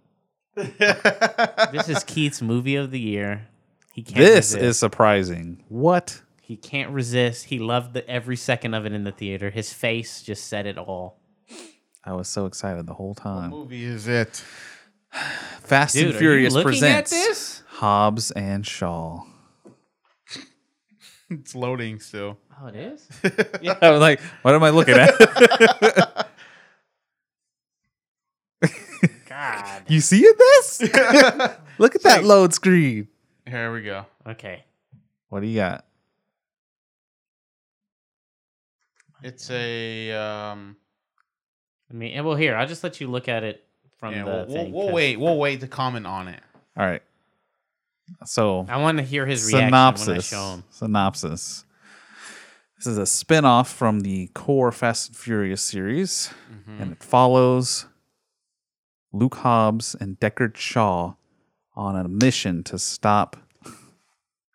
D: this is Keith's movie of the year. He can't
B: This
D: resist.
B: is surprising. What?
D: he can't resist. He loved the, every second of it in the theater. His face just said it all.
B: I was so excited the whole time.
C: movie is it?
B: Fast
D: Dude,
B: and
D: are you
B: Furious
D: looking
B: presents
D: at this?
B: Hobbs and Shaw.
C: It's loading still.
D: Oh, it is.
B: I was like, what am I looking at?
D: God.
B: you see it? This? Look at that load screen.
C: Here we go.
D: Okay.
B: What do you got?
C: It's a um.
D: I mean, well, here I'll just let you look at it from
C: yeah,
D: the
C: we'll, we'll,
D: thing.
C: we'll
D: 'cause
C: wait. We'll wait to comment on it.
B: All right. So
D: I want to hear his reaction when I
B: synopsis.
D: show him.
B: Synopsis. This is a spin-off from the core Fast and Furious series,
D: Mm-hmm.
B: and it follows Luke Hobbs and Deckard Shaw on a mission to stop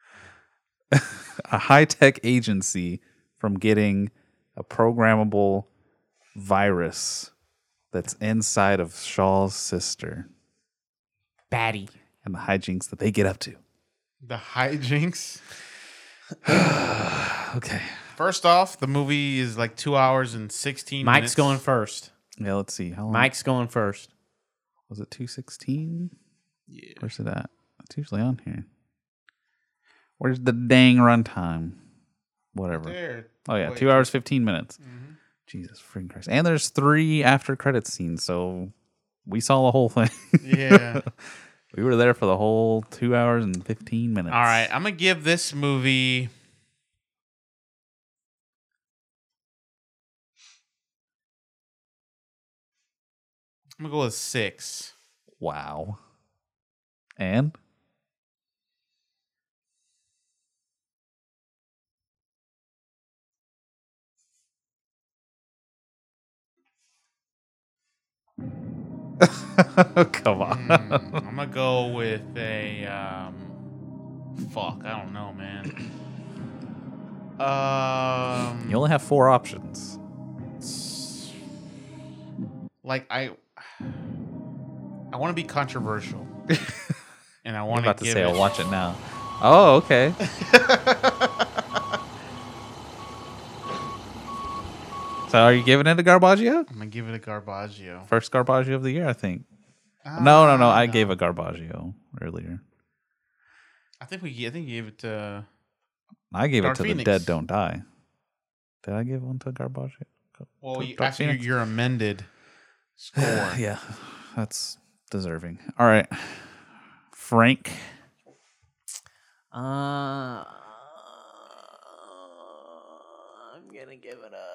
B: a high-tech agency from getting a programmable virus that's inside of Shaw's sister
D: Batty.
B: and the hijinks that they get up to.
C: The hijinks.
B: Okay.
C: First off, the movie is like two hours and sixteen.
D: Mike's
C: minutes.
D: going first.
B: Yeah, let's see. How long
D: Mike's going first.
B: was it? 216? Yeah. Where's it at? It's usually on here. Where's the dang runtime? Whatever.
C: there.
B: Oh yeah,
C: Wait. Mm-hmm.
B: two hours fifteen minutes. Jesus freaking Christ! And there's three after credit scenes, so we saw the whole thing.
C: Yeah.
B: we were there for the whole two hours and fifteen minutes.
C: All right, I'm gonna give this movie. I'm gonna go with six.
B: Wow. And come
C: Hmm,
B: on.
C: I'm gonna go with a um, fuck. I don't know, man. Um,
B: You only have four options.
C: like I, I want to be controversial, and I
B: I'm
C: want
B: about to
C: give
B: say,
C: it,
B: I'll watch it now. Oh, okay. so, are you giving it a Garbaggio?
C: I'm gonna give it a Garbaggio.
B: First Garbaggio of the year, I think. no, no, no. I gave a Garbaggio earlier.
C: I think we. I think you gave it to.
B: I gave
C: Dark
B: it to the
C: Phoenix.
B: dead don't die. Did I give one to Garbaggio?
C: Well,
B: Dark
C: you, after your,
B: Phoenix.
C: your amended score,
B: Yeah, that's deserving. All right, Frank.
D: Uh, I'm gonna give it a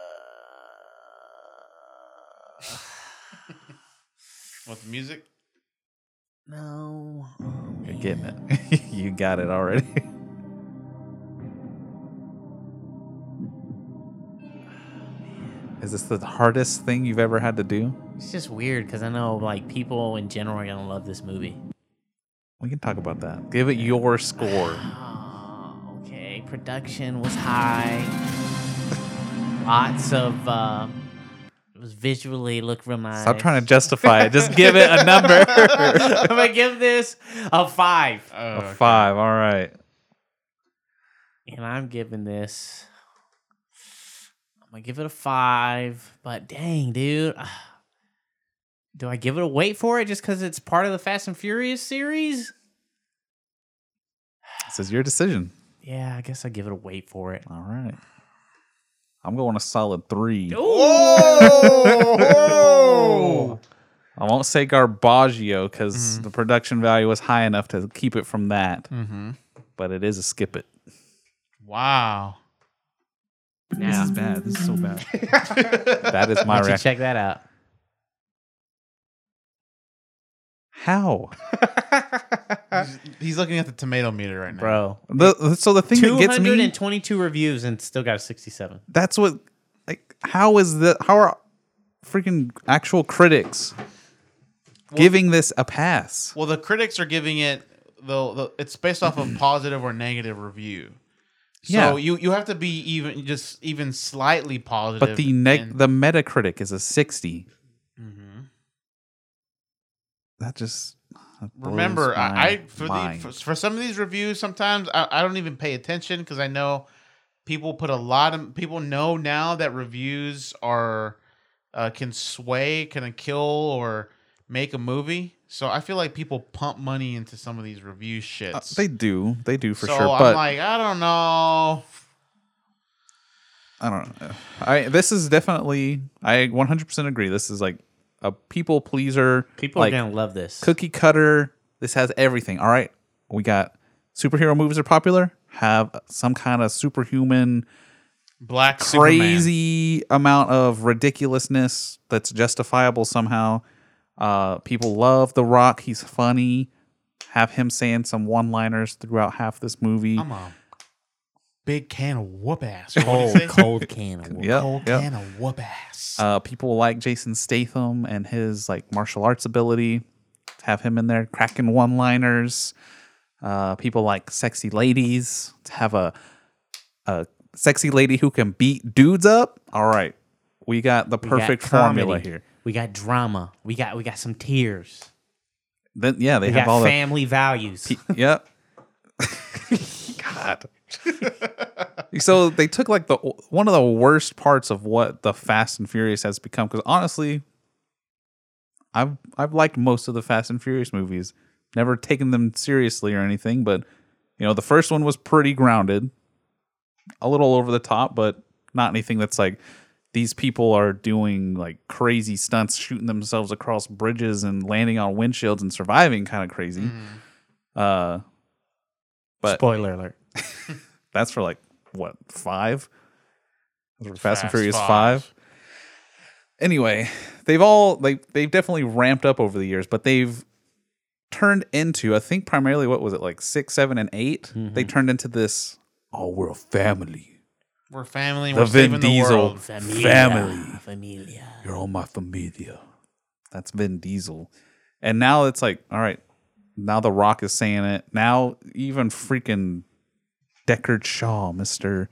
C: with the music,
D: no.
B: You're getting it. you got it already. Is this the hardest thing you've ever had to do?
D: It's just weird because I know like people in general are gonna love this movie.
B: We can talk about that. Give it your score.
D: Oh, okay, production was high. Lots of uh, it was visually looked real nice.
B: Stop trying to justify it. Just give it a number.
D: I'm gonna give this a five,
C: oh,
B: a five. All right.
D: and I'm giving this. I'm gonna give it a five, but dang, dude, uh, do I give it a wait for it just because it's part of the Fast and Furious series?
B: This is your decision.
D: Yeah, I guess I give it a wait for it.
B: All right. I'm going a solid three.
C: Oh!
B: I won't say Garbaggio because the production value was high enough to keep it from that,
C: mm-hmm.
B: but it is a skip it.
C: Wow.
D: Now,
B: bad. This is so bad. that is
D: why
B: my
D: don't you
B: reaction.
D: check that out?
B: How?
C: He's, he's looking at the tomato meter right now,
D: Bro,
B: The, so the thing that gets me
D: 222 reviews and still got a 67.
B: that's what like how is the how are freaking actual critics giving this a pass?
C: Well, the critics are giving it though. The, it's based off of positive or negative review. So
B: Yeah.
C: you you have to be even just even slightly positive. mm-hmm.
B: But the neg-
C: and-
B: the Metacritic is a 60. That just that blows
C: remember
B: my
C: I, I for, the,
B: mind.
C: for, for some of these reviews sometimes I, I don't even pay attention because I know people put a lot of people know now that reviews are uh, can sway can kill or make a movie so I feel like people pump money into some of these review shits
B: Uh, they do, they do for
C: so
B: sure.
C: I'm
B: But
C: like I don't know
B: I don't know. I this is definitely I 100% agree. This is like a people pleaser.
D: People
B: like
D: are going to love this.
B: cookie cutter. This has everything. All right, we got superhero movies are popular. Have some kind of superhuman
C: black Superman.
B: crazy amount of ridiculousness that's justifiable somehow. Uh, people love The Rock. He's funny. Have him saying some one-liners throughout half this movie.
C: I'm a big can of whoop ass Or what'd
D: cold,
C: he say?
D: cold can of whoop.
B: Yep,
C: cold
B: yep.
C: can of whoop ass
B: Uh, people like Jason Statham and his like martial arts ability. Have him in there cracking one-liners. Uh, people like sexy ladies. Have a a sexy lady who can beat dudes up. All right, We got the
D: We got
B: perfect formula
D: comedy.
B: here.
D: We got drama. We got we got some tears.
B: Then yeah, they
D: We
B: have
D: got
B: all the
D: family values.
B: Yep. God. so they took like the one of the worst parts of what the Fast and Furious has become because honestly, I've I've liked most of the Fast and Furious movies. Never taken them seriously or anything, but you know the first one was pretty grounded, a little over the top, but not anything that's like these people are doing like crazy stunts, shooting themselves across bridges and landing on windshields and surviving kind of crazy. Uh, but-
D: Spoiler alert.
B: that's for like what five? Those were Fast, and
C: Fast
B: Furious five.
C: Five.
B: Anyway, they've all they they've definitely ramped up over the years, but they've turned into I think primarily what was it like six, seven, and 8
C: Mm-hmm.
B: They turned into this. Oh, we're a family.
C: We're family.
B: The
C: we're
B: Vin
C: saving the
B: Diesel
C: world.
B: family.
D: Familia.
B: You're all my familia. That's Vin Diesel. And now it's like, all right, now The Rock is saying it. Now even freaking Deckard Shaw, Mr.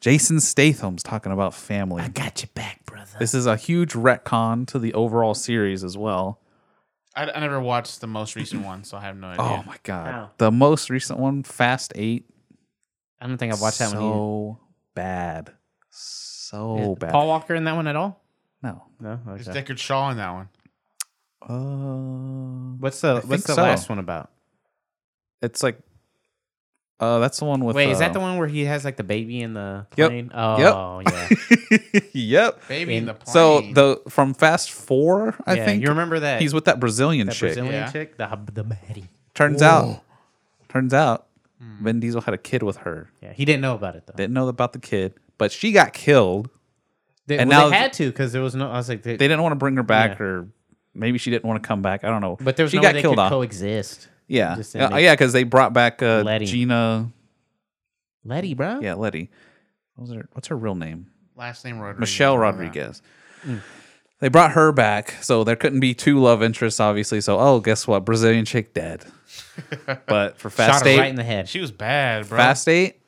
B: Jason Statham's talking about family.
D: I got your back, brother.
B: This is a huge retcon to the overall series as well.
C: I, I never watched the most recent one, so I have no idea.
B: Oh my god.
D: Wow.
B: The most recent one, Fast 8.
D: I don't think I've watched that one.
B: so bad.
D: either.
B: So
D: Is
B: bad.
D: Paul Walker in that one at all?
B: no.
D: No.
C: It's Deckard Shaw in that one.
B: Uh
D: What's the
B: think
D: What's the
B: so.
D: last one about?
B: It's like uh that's the one with
D: Wait, is
B: uh,
D: that the one where he has like the baby in the
B: Yep.
D: plane? Oh, yeah.
B: yep.
C: Baby in the plane.
B: So the from Fast Four, I
D: Yeah,
B: think
D: you remember that
B: he's with that Brazilian
D: that
B: chick.
D: Brazilian
C: Yeah.
D: chick, the hub- the baddie.
B: Turns out, turns out,
D: Hmm.
B: Vin Diesel had a kid with her.
D: Yeah, he didn't know about it though.
B: Didn't know about the kid, but she got killed.
D: They,
B: and
D: well, they
B: now-
D: had to because there was no. I was like, they,
B: They didn't want to bring her back,
D: Yeah.
B: or maybe she didn't want to come back. I don't know.
D: but there was
B: she
D: no way
B: got
D: they
B: killed
D: could
B: off.
D: coexist.
B: yeah,
D: just didn't
B: uh,
D: make-
B: yeah, because they brought back uh,
D: Letty.
B: Gina.
D: Letty, bro.
B: Yeah, Letty. What was her, what's her real name?
C: last name Rodriguez.
B: Michelle Rodriguez.
D: Mm.
B: They brought her back, so there couldn't be two love interests, obviously. So, oh, guess what? Brazilian chick dead. but for
D: Shot
B: Fast
D: her
B: Eight,
D: right in the head.
C: She was bad, bro.
B: Fast Eight,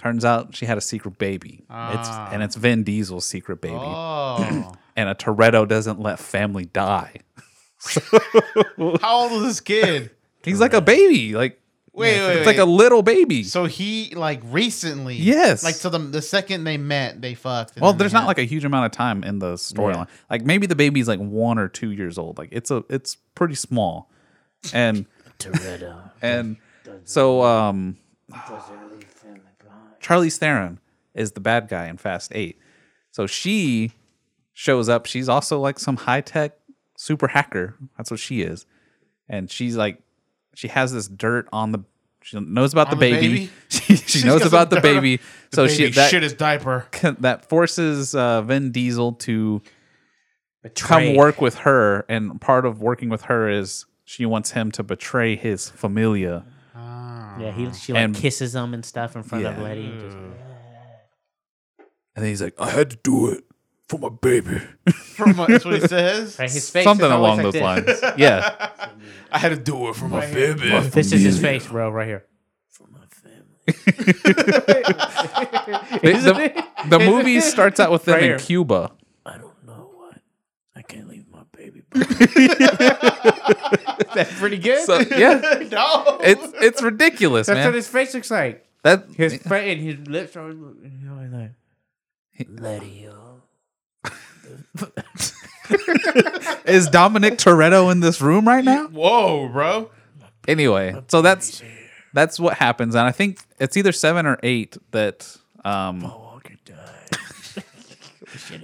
B: turns out she had a secret baby.
C: Ah.
B: It's and it's Vin Diesel's secret baby,
C: Oh.
B: and a Toretto doesn't let family die.
C: How old was this kid?
B: He's like a baby, like
C: Wait, wait,
B: it's
C: wait.
B: like a little baby.
C: So he like recently.
B: Yes.
C: Like so the the second they met, they fucked. and
B: well,
C: then they
B: there's not
C: had-
B: like a huge amount of time in the storyline. Like maybe the baby's like one or two years old. Like it's a it's pretty small, and.
D: Toretto.
B: And so um Charlie Theron is the bad guy in Fast 8. So she shows up. She's also like some high-tech super hacker. That's what she is. And she's like she has this dirt on the she knows about the
C: On the
B: baby.
C: baby?
B: She, she
C: She's
B: knows
C: got some
B: about the
C: dirt.
B: baby.
C: The
B: so
C: baby
B: she that
C: shit his diaper.
B: that forces uh, Vin Diesel to
D: Betrayed.
B: come work with her and part of working with her is she wants him to betray his familia.
D: Yeah, he she like
B: And-
D: kisses him and stuff in front of
B: Yeah.
D: Letty. and just-
B: And then he's like, I had to do it for my baby.
C: Pretty much, that's what he says.
D: right, his face
B: Something
D: is always
B: along
D: like
B: those
D: this.
B: lines. Yeah.
C: I had to do it for my baby.
D: This is his face, bro, right here.
B: the, the movie starts out with them
D: Right
B: in
D: here.
B: Cuba.
D: That's pretty good.
B: So yeah,
C: No.
B: it's it's ridiculous,
D: That's what
B: man.
D: his face looks like.
B: That
D: His face and his lips are and he's always like Letty. oh."
B: is Dominic Toretto in this room right now.
C: Whoa, bro.
B: Anyway, so that's that's what happens, and I think it's either seven or eight that um
D: Walker died.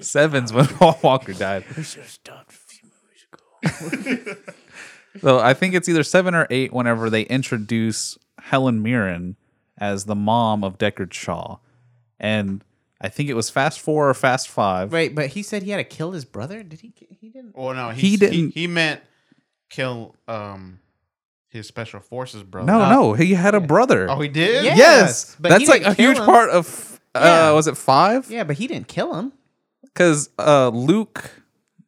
B: sevens when Paul Walker died.
D: I should have stopped a few movies ago.
B: So I think it's either seven or eight whenever they introduce Helen Mirren as the mom of Deckard Shaw. And I think it was Fast Four or Fast Five.
D: Wait, but he said he had to kill his brother? Did he he didn't
C: Well, no,
B: He
C: he, he
B: didn't-
C: didn't. He, meant kill um his special forces brother.
D: uh,
B: No, no, he had a brother.
C: Oh, he did.
D: Yeah.
B: yes,
D: Yes, but
B: that's
D: he
B: like
D: didn't
B: a huge
D: kill him.
B: part of. Uh,
D: Yeah.
B: Was it five?
D: Yeah, but he didn't kill him.
B: Because uh, Luke,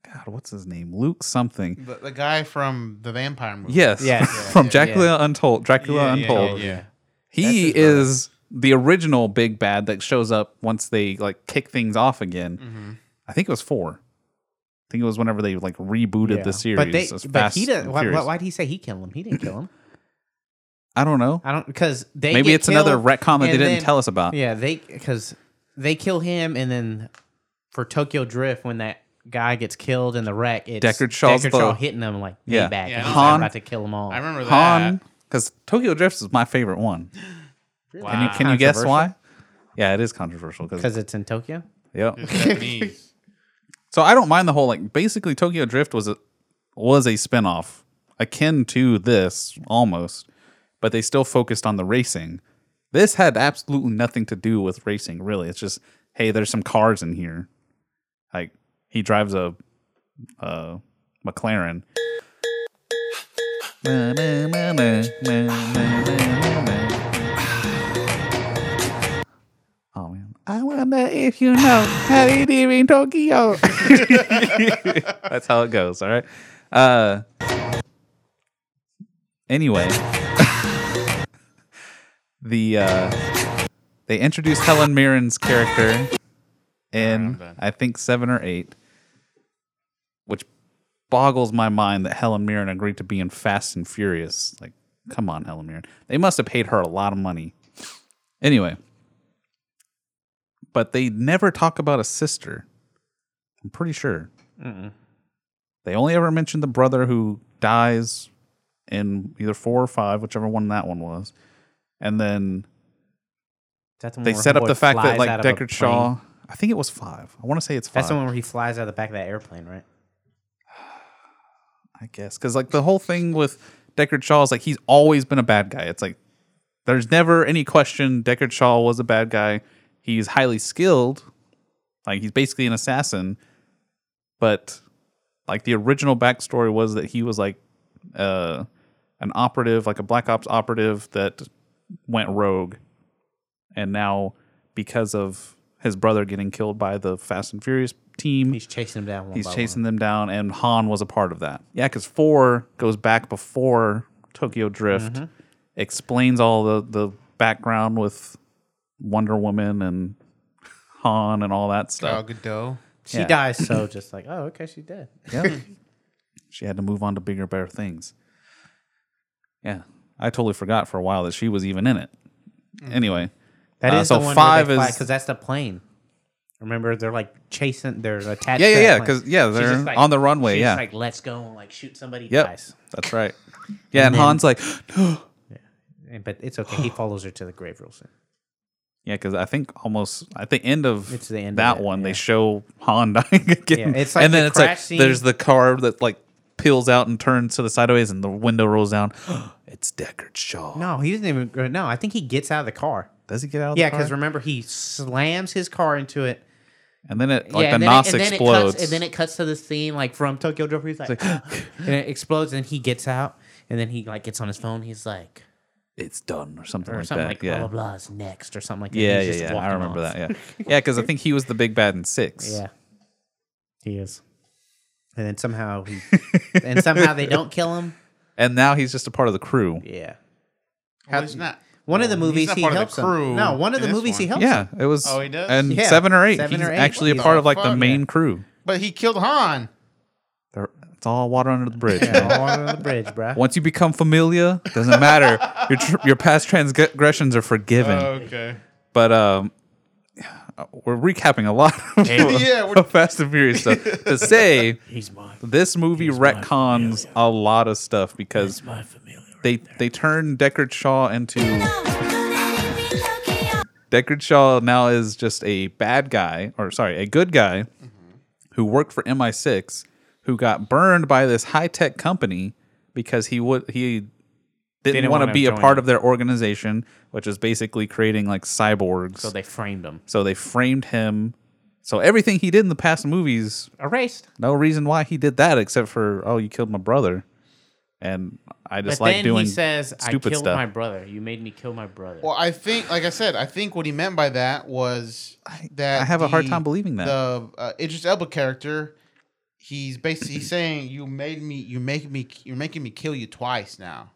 B: God, what's his name? Luke something.
C: The, the guy from the vampire movie.
B: Yes,
D: Yeah.
B: from Dracula Untold. Dracula
C: Yeah, yeah,
B: Untold.
C: yeah, yeah.
B: He
D: Mm-hmm.
B: is the original big bad that shows up once they like kick things off again. I think it was four. I think it was whenever they like rebooted
D: Yeah.
B: the series.
D: But they,
B: as
D: but
B: Fast
D: he
B: and
D: doesn't. Why, why,
B: Furious.
D: why'd he say he killed him? He didn't kill him.
B: I don't know.
D: I don't because they
B: Maybe
D: get
B: it's another
D: killed,
B: retcon that they
D: and
B: didn't
D: then-
B: tell us about.
D: Yeah, they because they kill him, and then for Tokyo Drift, when that guy gets killed in the wreck, it's
B: Deckard Shaw's
D: Deckard Shaw
B: the-
D: hitting him like
B: Yeah.
D: yeah, back.
C: Yeah,
D: Yeah,
C: I
B: Han-
D: about to kill them all.
C: I remember that.
B: Oh. Han, because Tokyo Drifts is my favorite one.
C: Wow.
B: Can you
D: Ah,
B: can you guess why? Yeah, it is controversial because
D: because it's in Tokyo.
B: yeah.
C: Japanese.
B: So I don't mind the whole like basically Tokyo Drift was a was a spinoff akin to this almost, but they still focused on the racing. This had absolutely nothing to do with racing, really. It's just hey, there's some cars in here. Like he drives a, a McLaren. Oh man. I wonder if you know how they did in Tokyo. That's how it goes, all right? Uh anyway. the uh they introduced Helen Mirren's character in
C: done.
B: I think seven or eight, which boggles my mind that Helen Mirren agreed to be in Fast and Furious. Like, come on, Helen Mirren. They must have paid her a lot of money. Anyway but they never talk about a sister. I'm pretty sure. They only ever mention the brother who dies in either four or five, whichever one that one was. And then
D: Is that the one
B: they
D: where
B: set up
D: Homeboy
B: the fact that
D: flies
B: like
D: out of a
B: Deckard
D: plane?
B: Shaw, I think it was five. I want to say it's five.
D: That's the one where he flies out of the back of that airplane, right?
B: I guess because like the whole thing with Deckard Shaw is like he's always been a bad guy. It's like there's never any question Deckard Shaw was a bad guy. He's highly skilled, like he's basically an assassin. But like the original backstory was that he was like uh, an operative, like a black ops operative that went rogue, and now because of his brother getting killed by the Fast and Furious team,
D: He's chasing him down. One
B: He's
D: by
B: chasing them down, and Han was a part of that. Yeah, because four goes back before Tokyo Drift, explains all the the background with Wonder Woman and Han and all that
C: Gal
B: stuff.
C: Gadot.
D: One. She
B: Yeah.
D: dies so just like oh okay she's dead.
B: Yeah, she had to move on to bigger, better things. Yeah, I totally forgot for a while that she was even in it. Anyway,
D: That
B: Uh,
D: is
B: so
D: the one
B: five is-
D: because that's the plane. Remember, they're like chasing. They're attached.
B: Yeah,
D: to
B: yeah,
D: that
B: yeah,
D: plane.
B: 'cause, yeah,
D: She's
B: they're
D: just
B: on the runway,
D: she's
B: yeah.
D: like let's go and like shoot somebody.
B: yep,
D: Dies.
B: that's right. Yeah, and,
D: then-
B: Han's like,
D: And- Eh, but it's okay. He follows her to the grave real soon.
B: yeah, because I think almost at the end of
D: It's the end of
B: that
D: it,
B: one, they
D: yeah.
B: show Han dying again.
D: Yeah, it's like
B: and then
D: the
B: it's like
D: crash scene.
B: there's the car that like peels out and turns to the sideways, and the window rolls down. it's Deckard Shaw.
D: No, he doesn't even. or No, I think he gets out of the car.
B: Does he get Oh. out? Of
D: Yeah,
B: the
D: because
B: car?
D: remember he slams his car into it.
B: and then it like
D: yeah,
B: the
D: and then
B: nos
D: it, and then
B: explodes.
D: It cuts, and then it cuts to the scene like from Tokyo Drift. where He's like, and it explodes, and he gets out, and then he like gets on his phone. He's like,
B: it's done or something
D: or
B: like
D: something
B: that.
D: like
B: yeah.
D: blah blah blah is next or something like that.
B: yeah,
D: He's
B: yeah,
D: just
B: yeah. I
D: walking
B: remember
D: off.
B: that. Yeah, yeah, because I think he was the big bad in six.
D: Yeah. He is. And then somehow he and somehow they don't kill him.
B: and now he's just a part of the crew.
D: Yeah.
C: Well, he's not.
D: One of the
C: Well,
D: movies
C: he's not
D: he
C: part of the
D: helps
C: crew
D: him. No, one of the
C: in this
D: movies he
C: one.
D: helps him.
B: Yeah, it was.
C: Oh, he does?
B: And
D: Yeah,
B: seven or eight.
D: seven
B: he's
D: or eight.
B: actually a
D: What
B: part
C: the
B: of like the
C: fuck?
B: main crew.
C: But he killed Han.
B: They're- It's all water under the bridge. man.
D: Yeah. All over the bridge, bruh.
B: Once you become familiar, doesn't matter. your tr- your past transgressions are forgiven.
C: Okay.
B: but um, we're recapping a lot. Of,
C: Yeah,
B: of
C: we're-
B: Fast and Furious stuff. to say
D: He's mine.
B: this movie retcons a lot of stuff because
D: My familiar.
B: they they turn Deckard Shaw into Deckard Shaw now is just a bad guy or sorry, a good guy who worked for MI6 who got burned by this high-tech company because he would he didn't,
D: Didn't
B: want to
D: wanna
B: be a
D: join
B: part
D: it.
B: of their organization, which is basically creating like cyborgs.
D: So they framed him.
B: so they framed him. So everything he did in the past movies
D: Erased.
B: no reason why he did that except for oh you killed my brother and i
D: But
B: just like
D: then
B: doing
D: he says, I
B: stupid
D: killed
B: stuff
D: my brother. You made me kill my brother.
C: Well, I think, like I said, I think what he meant by that was that
B: I have a hard
C: the-
B: time believing that.
C: the uh, Idris Elba character. He's basically he's saying you made me, you make me, you're making me kill you twice now.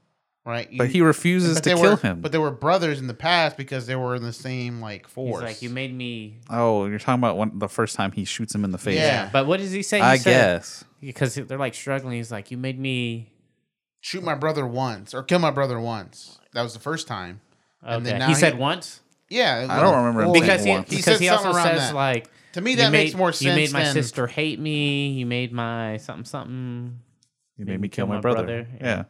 C: right?
B: But
C: You-
B: he refuses
C: but
B: to
C: they
B: kill
C: were-
B: him.
C: But they were brothers in the past because they were in the same like
D: He's
C: force.
D: like, you made me.
B: oh, you're talking about when, the first time he shoots him in the face.
C: Yeah.
D: But what does he say? He
B: I
D: said-
B: guess.
D: because they're like struggling. He's like, you made me.
C: shoot my brother once or kill my brother once. That was the first time. And then
D: Okay.
C: now
D: He
C: he-
D: said once
C: Yeah,
B: I don't remember him saying
D: because he,
B: once.
C: He
D: because
C: said
D: he also
C: something around
D: says
C: that.
D: like
C: to me
D: you
C: that
D: made-
C: makes more sense.
D: You made my
C: than-
D: sister hate me. You made my something something
B: You made me kill, my, brother. Yeah.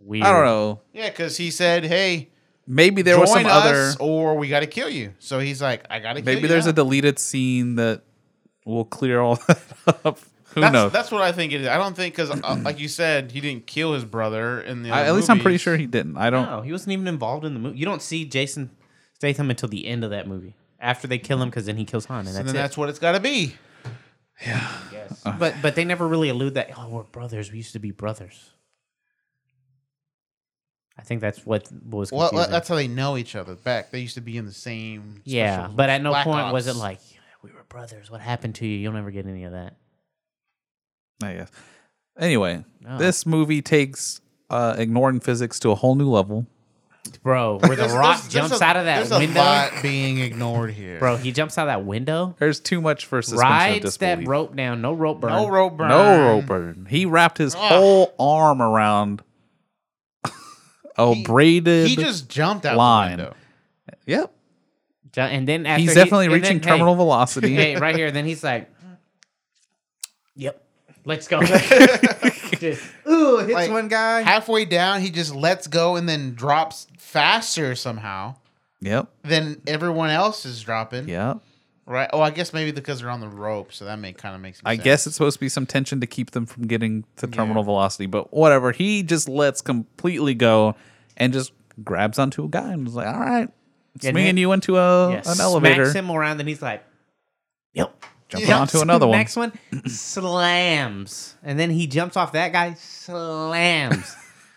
D: weird.
B: I don't know.
C: Yeah, because he said, "Hey,
B: Maybe there
C: join
B: was some
C: us,
B: other.
C: or we got to kill you." So he's like, "I got to."
B: Maybe there's a deleted scene that will clear all that up. Who
C: that's,
B: knows?
C: That's what I think it is. I don't think because, uh, like you said, he didn't kill his brother in the.
B: I, at
C: other
B: least I'm pretty
C: movies.
B: sure he didn't. I don't.
D: No, he wasn't even involved in the movie. You don't see Jason Statham until the end of that movie. After they kill him, because then he kills Han, and that's
C: And then
D: it.
C: that's what it's got to be.
D: but but they never really allude that. Oh, we're brothers. We used to be brothers. I think that's what was
C: Well,
D: confusing.
C: that's how they know each other. Back they used to be in the same.
D: yeah,
C: special
D: but at no
C: Black
D: point was it
C: Ops.
D: like we were brothers. What happened to you? You'll never get any of that.
B: I guess. Anyway,
D: No.
B: this movie takes uh, ignoring physics to a whole new level.
D: Bro, where the
C: There's-
D: rock
C: there's- there's
D: jumps
C: a-
D: out of that
C: there's
D: window.
C: A lot being ignored here,
D: Bro, he jumps out of that window,
B: There's too much for suspension of
D: rides that
B: disbelief.
D: rope down. No rope burn.
C: No rope burn.
B: No rope burn. He wrapped his whole arm around a
C: He-
B: braided.
C: He just jumped out
B: line.
C: the window.
B: yep.
D: Ju- And then after
B: He's
D: he-
B: definitely
D: and then,
B: reaching
D: hey,
B: terminal velocity.
D: hey, right here. Then he's like, "Yep, let's go." Just, ooh, hits
C: Like,
D: one guy.
C: Halfway down, he just lets go and then drops faster somehow
B: Yep.
C: than everyone else is dropping.
B: Yep.
C: Right. Oh, I guess maybe because they're on the rope, so that may kind of makes.
B: I guess it's supposed to be some tension to keep them from getting to terminal velocity, but whatever. He just lets completely go and just grabs onto a guy and is like, all right, swinging
D: then-
B: you into a,
D: Yeah,
B: Oh, an elevator,
D: Smacks him around, and he's like, "Yep."
B: jumping
C: Yeah.
B: onto another one.
D: Next one slams, and then he jumps off that guy. Slams.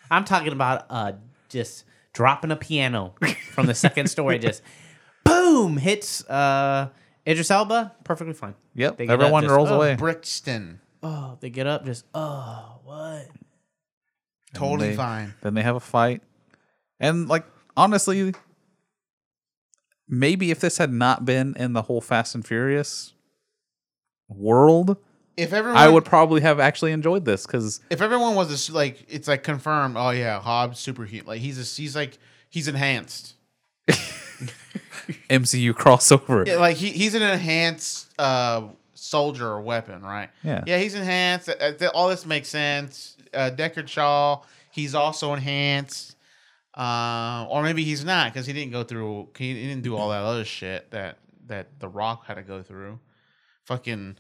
D: I'm talking about uh, just dropping a piano from the second story. Just boom hits uh, Idris Elba. Perfectly fine.
B: Yep.
D: They get up,
B: Everyone
D: just,
B: rolls
D: oh,
B: away.
C: Brixton,
D: Oh, they get up. Just oh, what?
C: totally
B: they-
C: fine.
B: Then they have a fight. And like honestly, maybe if this had not been in the whole Fast and Furious world,
C: If everyone,
B: I would probably have actually enjoyed this because
C: If everyone was a s like, it's like confirmed. Oh yeah, Hobbs superhuman. Like he's a, he's like he's enhanced.
B: MCU crossover.
C: Yeah, like he, he's an enhanced uh, soldier or weapon, right?
B: Yeah.
C: Yeah, he's enhanced. Uh, uh, th- all this makes sense. Uh, Deckard Shaw, he's also enhanced. Uh, or maybe he's not because he didn't go through. He he didn't do all that other shit that that The Rock had to go through. Fucking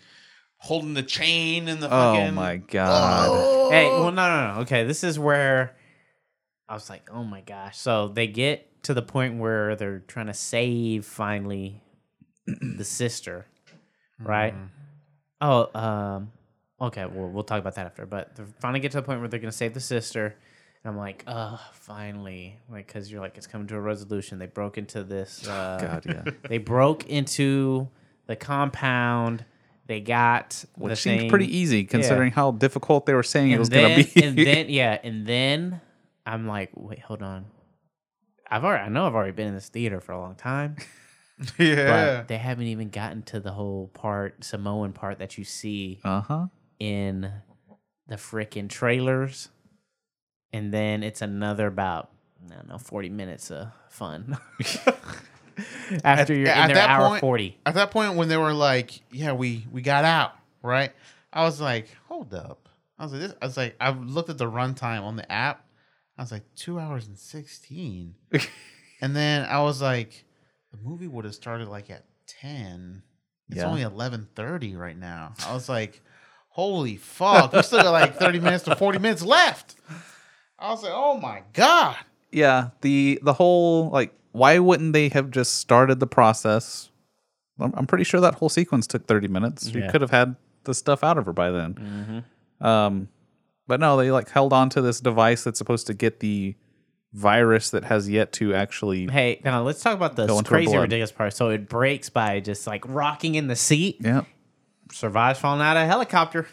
C: holding the chain and the fucking. Oh.
B: Oh my god.
D: Hey,
B: Oh.
D: well, no, no, no. Okay, this is where I was like, oh my gosh. So they get to the point where they're trying to save finally the sister, right?
B: Mm-hmm.
D: Oh, um, okay. Well, we'll talk about that after. But they finally get to the point where they're gonna save the sister, and I'm like, uh, finally, like, cause you're like, it's coming to a resolution. They broke into this. Uh,
B: Oh, God, yeah.
D: They broke into the compound. They got
B: Which
D: the
B: seemed
D: thing.
B: pretty easy considering how difficult they were saying it
D: And
B: was
D: then,
B: gonna be.
D: and then, yeah, and then I'm like, wait, hold on. I've already, I know I've already been in this theater for a long time, but
C: Yeah.
D: they haven't even gotten to the whole part, Samoan part that you see
B: uh-huh.
D: in the freaking trailers. And then it's another about, I don't know, 40 minutes of fun. After you're
C: at
D: in there,
C: that
D: hour
C: point-
D: 40.
C: At that point, when they were like, "Yeah, we we got out," right? I was like, "Hold up!" I was like, this, "I was like, I've looked at the runtime on the app. I was like, two hours and sixteen, and then I was like, the movie would have started like at ten. It's
B: Yeah.
C: only eleven thirty right now. I was like, "Holy fuck! We still got like thirty minutes to forty minutes left." I was like, "Oh my god!"
B: yeah the the whole like why wouldn't they have just started the process i'm, I'm pretty sure that whole sequence took 30 minutes you
D: Yeah. Mm-hmm.
B: could have had the stuff out of her by then um but no they like held on to this device that's supposed to get the virus that has yet to actually
D: Hey, now let's talk about the
B: Go into her
D: crazy,
B: blood.
D: ridiculous part. So it breaks by just like rocking in the seat.
B: yeah
D: survives falling out of a helicopter.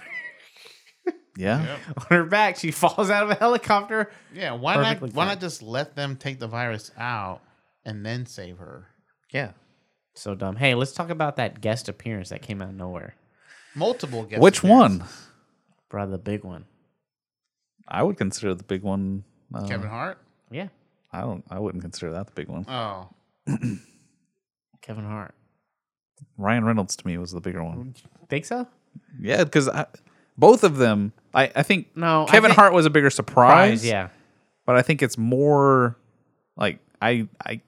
B: Yeah.
C: Yep.
D: on her back. She falls out of a helicopter.
C: Yeah, why not?
D: Perfectly
C: Why
D: fine.
C: not just let them take the virus out and then save her?
D: Yeah. So dumb. Hey, let's talk about that guest appearance that came out of nowhere.
C: Multiple guests.
B: Which one?
D: Bro, the big one.
B: I would consider the big one. Uh,
C: Kevin Hart.
D: Yeah.
B: I don't. I wouldn't consider that the big one.
C: Oh,
D: Kevin Hart.
B: Ryan Reynolds to me was the bigger one.
D: Think so?
B: Yeah, because both of them. I, I think
D: No, I
B: Kevin
D: think-
B: Hart was a bigger surprise.
D: Yeah.
B: but I think it's more like I I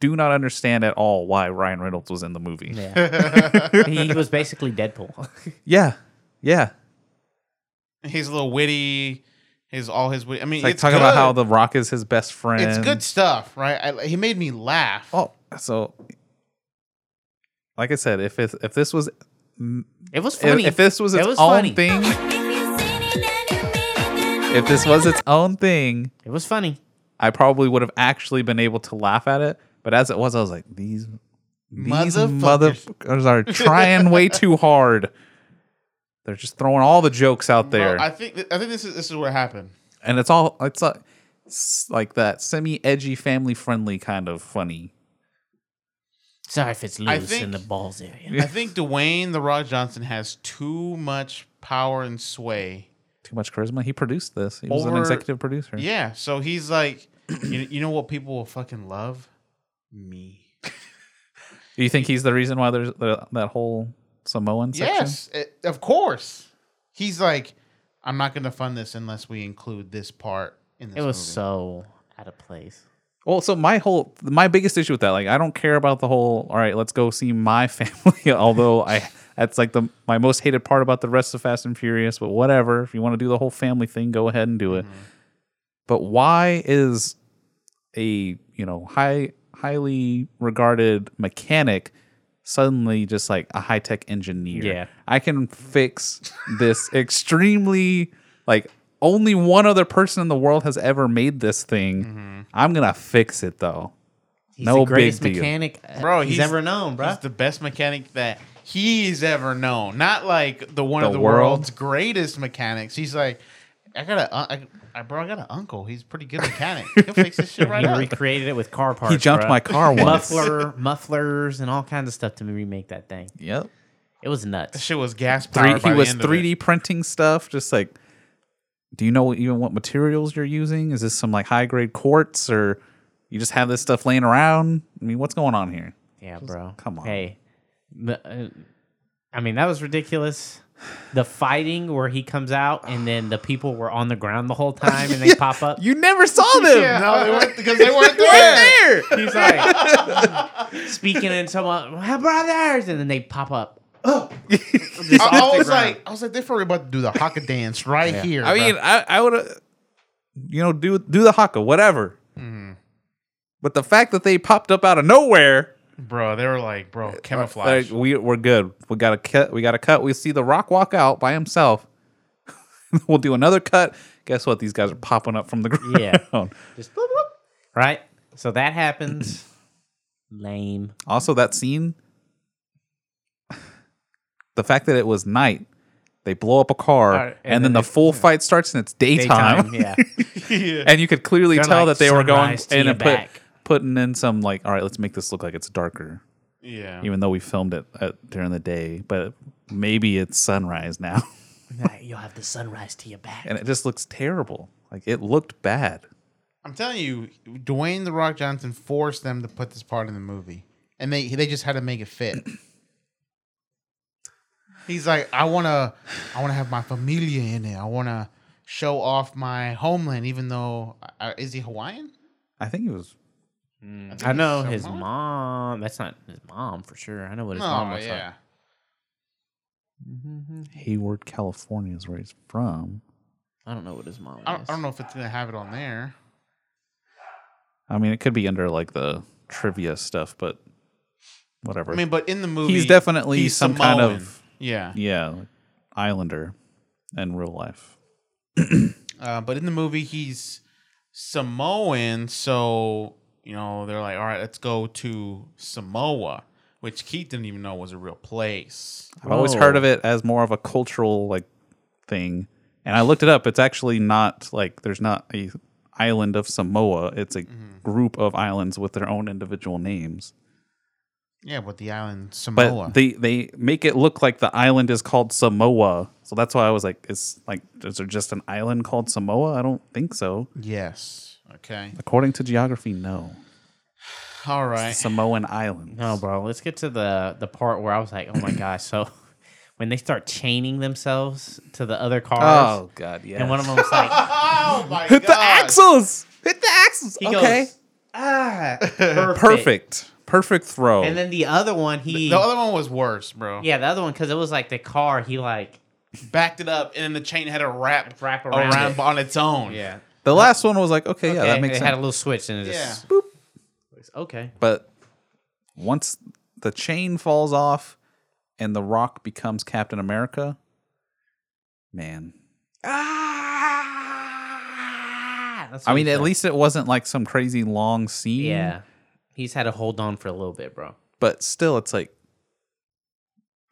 B: do not understand at all why Ryan Reynolds was in the movie. Yeah,
D: Yeah. he was basically Deadpool.
B: yeah.
C: he's a little witty. His all his witty. I mean,
B: It's like
C: it's
B: talking about how
C: good.
B: The Rock is his best friend.
C: it's good stuff, right? I, he made me laugh.
B: Oh, so like I said, if it, if this was
D: It was
B: if,
D: funny.
B: if this was
D: It
B: its
D: was
B: own
D: funny.
B: thing, if this was its own thing,
D: It was funny.
B: I probably would have actually been able to laugh at it. But as it was, I was like, these these
C: Motherfuckers.
B: motherfuckers are trying way too hard. They're just throwing all the jokes out there,
C: Bro, I think I think this is this is what happened.
B: and it's all it's like, it's like that semi edgy, family friendly kind of funny.
D: Sorry if it's
C: I
D: loose in
C: think-
D: the balls area.
C: I think Dwayne the Rock Johnson has too much power and sway.
B: Too much charisma. He produced this. He was an
C: Over-
B: executive producer.
C: Yeah, so he's like, you, you know what people will fucking love me.
B: Do you think he's the reason why there's the, that whole Samoan section?
C: Yes, it- of course. He's like, I'm not going to fund this unless we include this part in this.
D: It was
C: movie."
D: so out of place.
B: Well, so my whole my biggest issue with that, like, I don't care about the whole. All right, let's go see my family. although I, that's like the my most hated part about the rest of Fast and Furious. But whatever, if you want to do the whole family thing, go ahead and do it. But why is a you know high highly regarded mechanic suddenly just like a high tech engineer?
D: Yeah.
B: I can fix this extremely like only one other person in the world has ever made this thing. I'm gonna fix it though.
D: He's
B: No
D: the
B: big
D: greatest
B: deal.
D: mechanic uh,
C: Bro,
D: he's,
C: he's-
D: ever known, bro.
C: He's the best mechanic that he's ever known. Not like the one of
B: The
C: the
B: world?
C: world's greatest mechanics. He's like, I got a, un- I, I, bro, I got an uncle. He's a pretty good mechanic. He'll fix this shit right
D: he
C: up.
D: recreated it with car parts.
B: He jumped
D: bruh.
B: my car once.
D: muffler, mufflers, and all kinds of stuff to remake that thing.
B: Yep.
D: It was
C: That
D: nuts.
C: shit was gas
B: Three,
C: powered.
B: he
C: by
B: was
C: the end of it.
B: 3D printing stuff. Just like, do you know what- even what materials you're using? Is this some like high grade quartz or you just have this stuff laying around? I mean, what's going on here?
D: Yeah, bro.
B: come on.
D: Hey, the- uh, I mean that was ridiculous. The fighting where he comes out and then the people were on the ground the whole time and they pop up.
B: You never saw them.
C: No, they weren't because they weren't
B: They
C: there.
B: weren't there.
D: He's like speaking in someone, my brothers, and then they pop up.
C: I,
D: off the ground.
C: was like, I was like, they're probably about to do the haka dance right here.
B: I
C: bro.
B: mean, I, I would, you know, do do the haka, whatever.
C: Mm-hmm.
B: But the fact that they popped up out of nowhere,
C: bro, they were like, bro, camouflage.
B: like, we we're good. We got to cut. We got to cut. We see the Rock walk out by himself. we'll do another cut. Guess what? These guys are popping up from the ground.
D: Yeah. Just bloop, bloop. right. So that happens. Lame.
B: Also, that scene, the fact that it was night, they blow up a car,
D: Alright,
B: and, then, the full fight starts, and it's daytime.
D: Daytime. Yeah.
B: and you could clearly
D: Kinda
B: tell
D: like
B: that they were going
D: sunrise to
B: in
D: your
B: and put,
D: back.
B: putting in some like, all right, let's make this look like it's darker,
C: yeah.
B: even though we filmed it at, during the day, but maybe it's sunrise now,
D: Right, You'll have the sunrise to your back.
B: and it just looks terrible. Like it looked bad.
C: I'm telling you, Dwayne the Rock Johnson forced them to put this part in the movie, and they they just had to make it fit. He's like, I wanna, I wanna have my familia in it. I wanna show off my homeland, even though uh, is he Hawaiian?
B: I think it was.
C: think
D: I know
C: he's
D: his
C: Samoan.
D: mom. That's not his mom for sure. I know what his mom
C: Oh
D: looks
C: yeah,
B: Hayward, California is where he's from.
D: like. I don't know what his mom
C: I, don't,
D: is.
C: I don't know if it's gonna have it on there.
B: I mean, it could be under like the trivia stuff, but whatever.
C: I mean, but in the movie,
B: He's definitely some kind
C: Samoan.
B: of-
C: yeah.
B: yeah, like, Islander in real life.
C: Uh, but in the movie, he's Samoan, so you know they're like, all right, let's go to Samoa, which Keith didn't even know was a real place.
B: I've always
D: Whoa.
B: heard of it as more of a cultural like thing, And I looked it up. It's actually not like there's not a island of Samoa. It's a
D: Mm-hmm.
B: group of islands with their own individual names.
C: Yeah, but the island
B: But
C: Samoa.
B: they they make it look like the island is called Samoa. So that's why I was like, it's like is there just an island called Samoa? I don't think so.
C: yes. Okay.
B: According to geography, no.
C: All right.
B: Samoan island.
D: No, bro. Let's get to the the part where I was like, oh my gosh. So when they start chaining themselves to the other cars,
B: Oh god, yeah.
D: and one of them's like,
C: Oh my
B: Hit the
C: God.
B: axles. Hit the axles.
D: he
B: okay.
D: goes, ah, perfect.
B: Perfect. Perfect throw.
D: And then the other one, he,
C: The other one was worse, bro.
D: yeah, the other one, because it was like the car, he like,
C: Backed it up, and then the chain had a wrap,
D: Wrap around
C: around,
D: it.
C: on its own.
D: yeah,
B: the last one was like, okay, yeah, that
D: And
B: makes
D: it
B: sense.
D: had a little switch and it just, okay,
B: but once the chain falls off and the rock becomes Captain America, man.
D: Ah, that's
B: I
D: what
B: mean,
D: he
B: at
D: said.
B: least it wasn't like some crazy long scene.
D: yeah, he's had to hold on for a little bit, bro.
B: But still it's like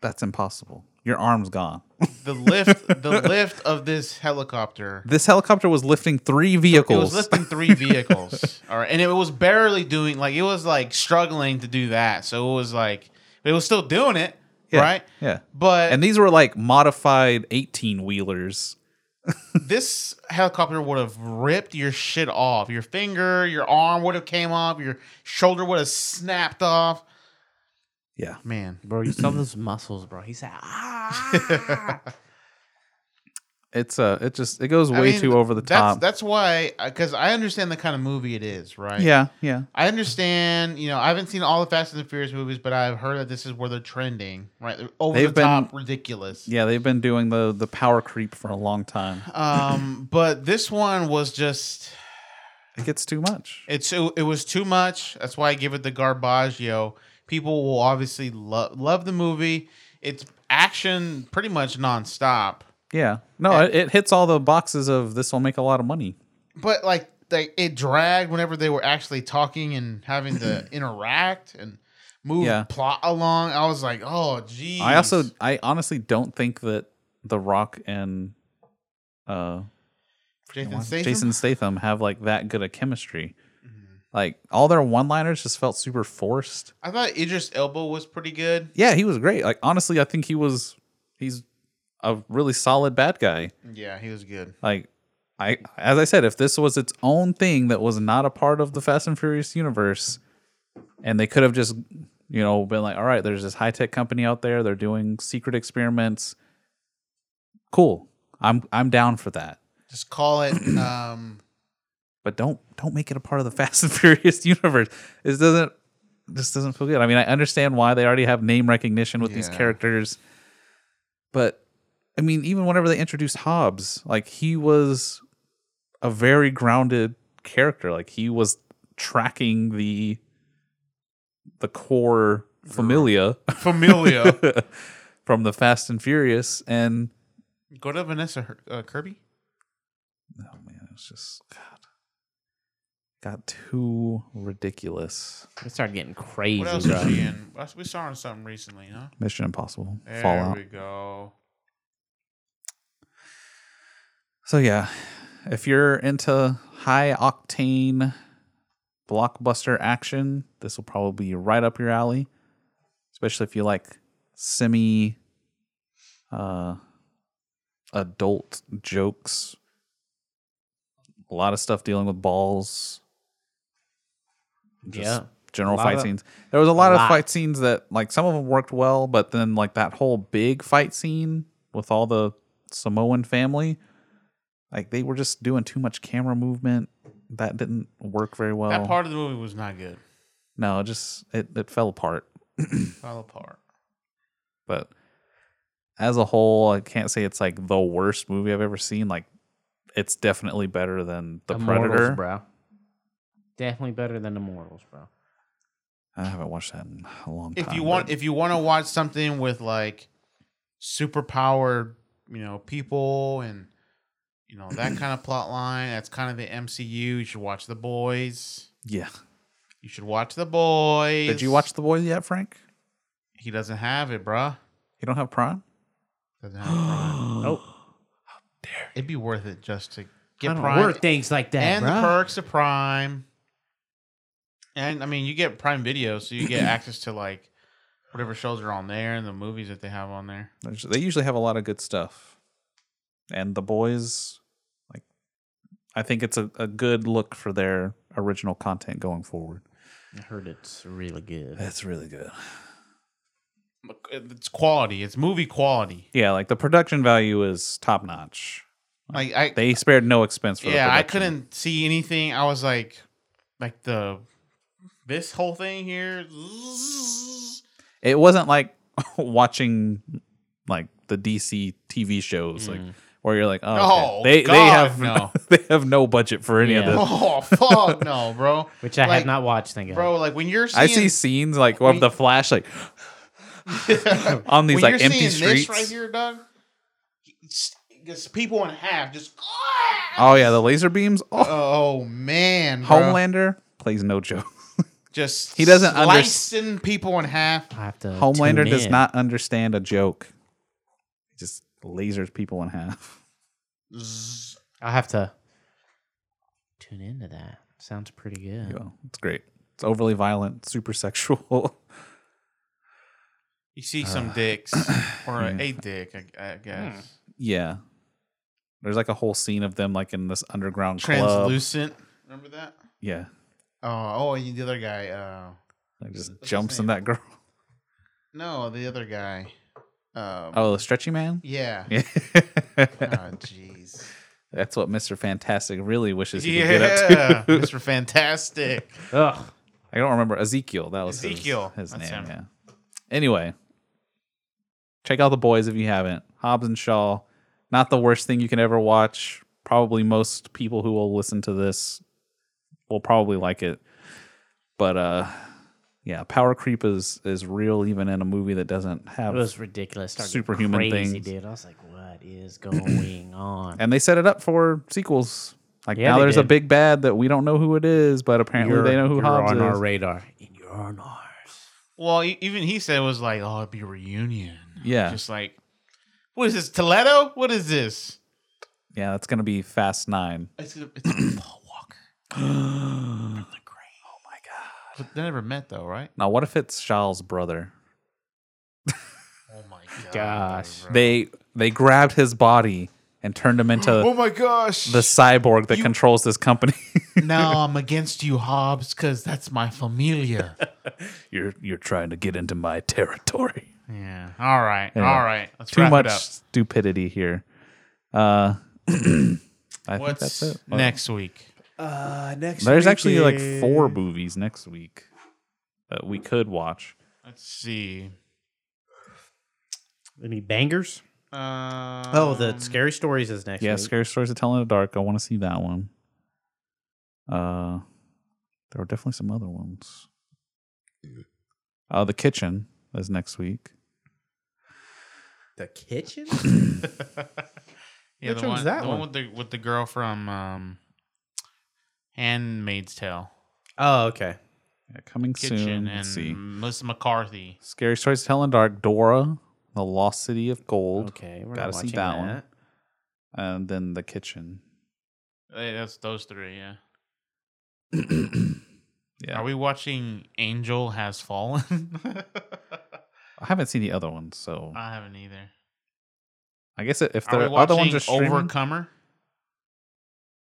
B: that's impossible. Your arm's gone.
C: The lift, the lift of this helicopter.
B: This helicopter was lifting three
C: It was
B: vehicles.
C: lifting three vehicles. All right. And it was barely doing like it was like struggling to do that. So it was like it was still doing it.
B: Yeah,
C: Right?
B: Yeah.
C: But
B: And these were like modified 18 wheelers.
C: this helicopter would have ripped your shit off. Your finger, your arm would have came off, your shoulder would have snapped off.
B: Yeah.
C: Man.
D: Bro, you saw those muscles, bro. He said, ah,
B: It's uh it just it goes way
C: I mean,
B: too over the
C: that's,
B: top.
C: That's why, because I understand the kind of movie it is, right?
B: yeah, yeah.
C: I understand, you know, I haven't seen all the Fast and the Furious movies, but I've heard that this is where they're trending, right? They're over
B: They've
C: the
B: been-
C: top, ridiculous.
B: Yeah, they've been doing the the power creep for a long time.
C: Um, but this one was just
B: It gets too much.
C: it's it, it was too much. That's why I give it the Garbaggio. People will obviously love love the movie. It's action pretty much nonstop.
B: Yeah. No, it, it hits all the boxes of this will make a lot of money.
C: But like like it dragged whenever they were actually talking and having to interact and move
B: Yeah.
C: plot along. I was like, "Oh, geez.
B: I also I honestly don't think that The Rock and uh
C: Jason Statham. Mm-hmm.
B: Jason Statham have like that good a chemistry. Like all their one-liners just felt super forced.
C: I thought Idris Elba was pretty good.
B: Yeah, he was great. Like honestly, I think he was he's a really solid bad guy.
C: Yeah, he was good.
B: Like I as I said, if this was its own thing that was not a part of the Fast and Furious universe, and they could have just, you know, been like, all right, there's this high tech company out there, they're doing secret experiments. Cool. I'm I'm down for that.
C: Just call it um
B: But don't don't make it a part of the Fast and Furious universe. This doesn't this doesn't feel good. I mean, I understand why they already have name recognition with these
C: Yeah.
B: characters. But I mean, even whenever they introduced Hobbs, like he was a very grounded character. Like he was tracking the the core familia
C: Familia.
B: from the Fast and Furious, and
C: Go to Vanessa Her- uh, Kirby.
B: oh man, it's just God got too ridiculous.
D: it started getting crazy,
C: What else
D: bro.
C: was she in? Us- We saw her in something recently, huh?
B: Mission Impossible,
C: There
B: Fallout.
C: we go.
B: So yeah, if you're into high octane blockbuster action, this will probably be right up your alley. Especially if you like semi uh adult jokes. A lot of stuff dealing with balls.
D: Yeah.
B: General
D: lot
B: fight
D: of-
B: scenes. There was a lot,
D: lot.
B: of fight scenes that like some of them worked well, but then like that whole big fight scene with all the Samoan family, like they were just doing too much camera movement. That didn't work very well.
C: That part of the movie was not good.
B: no, it just it, it fell apart.
C: Fell apart.
B: But as a whole, I can't say it's like the worst movie I've ever seen. Like it's definitely better than The
D: Immortals,
B: Predator.
D: bro. Definitely better than Immortals, bro.
B: I haven't watched that in a long time.
C: If you want,
B: but
C: if you want to watch something with like superpowered, you know, people and you know that kind of plot line, that's kind of the MCU. You should watch The Boys.
B: yeah.
C: You should watch The Boys.
B: Did you watch The Boys yet, Frank?
C: He doesn't have it, bruh.
B: You don't have Prime?
C: Doesn't have it. bruh.
D: Nope.
C: It'd be worth it just to
D: I
C: get
D: don't
C: Prime
D: work things like that,
C: and
D: bruh.
C: the perks of Prime. And I mean, you get Prime Video, so you get access to like whatever shows are on there and the movies that they have on there.
B: There's- They usually have a lot of good stuff. And the boys, like, I think it's a, a good look for their original content going forward.
D: I heard it's really good.
B: That's really good.
C: It's quality. It's movie quality.
B: Yeah, like the production value is top notch.
C: Like I,
B: They spared no expense for the
C: yeah, I
B: production.
C: couldn't see anything. I was like, like the this whole thing here. zzzz.
B: It wasn't like watching like the DC TV shows, like where you're like, oh, okay.
C: Oh,
B: they they
C: God,
B: have
C: no.
B: they have no budget for any of
D: Yeah.
B: this.
C: Oh fuck no, bro.
D: Which I
C: Like,
D: have not watched, thank God.
C: bro. Like when you're, seeing,
B: I see scenes like of the Flash, like on these
C: when
B: like
C: you're
B: empty
C: seeing
B: streets.
C: this right here, Doug. it's- It's people in half just.
B: Oh yeah, the laser beams. Oh,
C: Oh man, bro.
B: Homelander plays no joke.
C: just
B: He doesn't under-
C: slicing people in half.
D: I have to
B: Homelander
D: tune
B: does
D: in.
B: not understand a joke. He just lasers people in half.
C: Zzz.
D: I'll have to tune into that. Sounds pretty good.
B: You know, it's great. It's overly violent, super sexual.
C: You see
B: Uh,
C: some dicks or
B: Hmm.
C: a dick, I, I guess.
B: yeah. There's like a whole scene of them like in this underground club.
C: Translucent. Remember that?
B: Yeah.
C: Oh, oh, and the other guy. Uh,
B: Like just
C: his
B: jumps in
C: name?
B: that girl.
C: no, the other guy. Um,
B: Oh, the stretchy man?
C: yeah.
B: Yeah.
C: Oh, jeez.
B: That's what Mr. Fantastic really wishes he could get up to.
C: Yeah, Mr. Fantastic.
D: Ugh.
B: I don't remember Ezekiel. That was his-
C: Ezekiel,
B: His,
C: that's
B: name.
C: him.
B: Yeah. Anyway, check out the boys if you haven't. Hobbs and Shaw, not the worst thing you can ever watch. Probably most people who will listen to this will probably like it. But uh, yeah, power creep is is real even in a movie that doesn't
D: It
B: have.
D: was ridiculous. Started
B: Superhuman
D: crazy,
B: things.
D: dude. I was like, what is going on?
B: and they set it up for sequels. Like
D: Yeah,
B: now,
D: they
B: there's a
D: did.
B: big bad that we don't know who it is, but apparently they know who
D: you're
B: Hobbs
D: on
B: is.
D: our radar. And you're on ours.
C: Well, e- even he said it was like, oh, it'd be a reunion.
B: Yeah.
C: Just like, what is this, Toledo? What is this?
B: yeah, that's gonna be Fast Nine.
C: It's, it's Paul Walker. From the grave. Oh my god. But they never met though, right?
B: Now, what if it's Shaw's brother?
C: Oh my
D: Gosh.
B: They they grabbed his body and turned him into
C: Oh my gosh.
B: the cyborg that
C: You-
B: controls this company.
C: now I'm against you, Hobbs, because that's my familia.
B: you're you're trying to get into my territory.
C: yeah. All right.
B: Anyway,
C: All right. Let's
B: Too
C: wrap
B: much
C: it up.
B: stupidity here. Uh, I think
C: What's
B: that's it.
C: next week?
D: Uh, next
B: There's actually like four movies next week that we could watch.
C: Let's see.
D: Any bangers?
C: Um,
D: Oh, the scary stories is next.
B: yeah,
D: week.
B: Scary Stories to Tell in the Dark. I want to see that one. Uh, there were definitely some other ones. Uh, the Kitchen is next week.
D: The kitchen.
C: Yeah,
D: Which
C: the
D: one's
C: one,
D: that
C: the
D: one?
C: with the with the girl from um, Handmaid's Tale.
D: oh, okay.
B: Yeah, coming soon.
C: Kitchen and
B: Let's see.
C: Melissa McCarthy.
B: Scary Stories to Tell in the Dark. Dora, The Lost City of Gold,
D: Okay, we're
B: Gotta
D: not
B: see
D: watching
B: that
D: that
B: one. and then The Kitchen.
C: Eh, That's those three. Yeah.
B: Yeah,
C: Are we watching Angel Has Fallen?
B: I haven't seen the other ones, so
C: I haven't either.
B: I guess if
C: Uh, Are we
B: the
C: watching
B: other ones are streaming,
C: Overcomer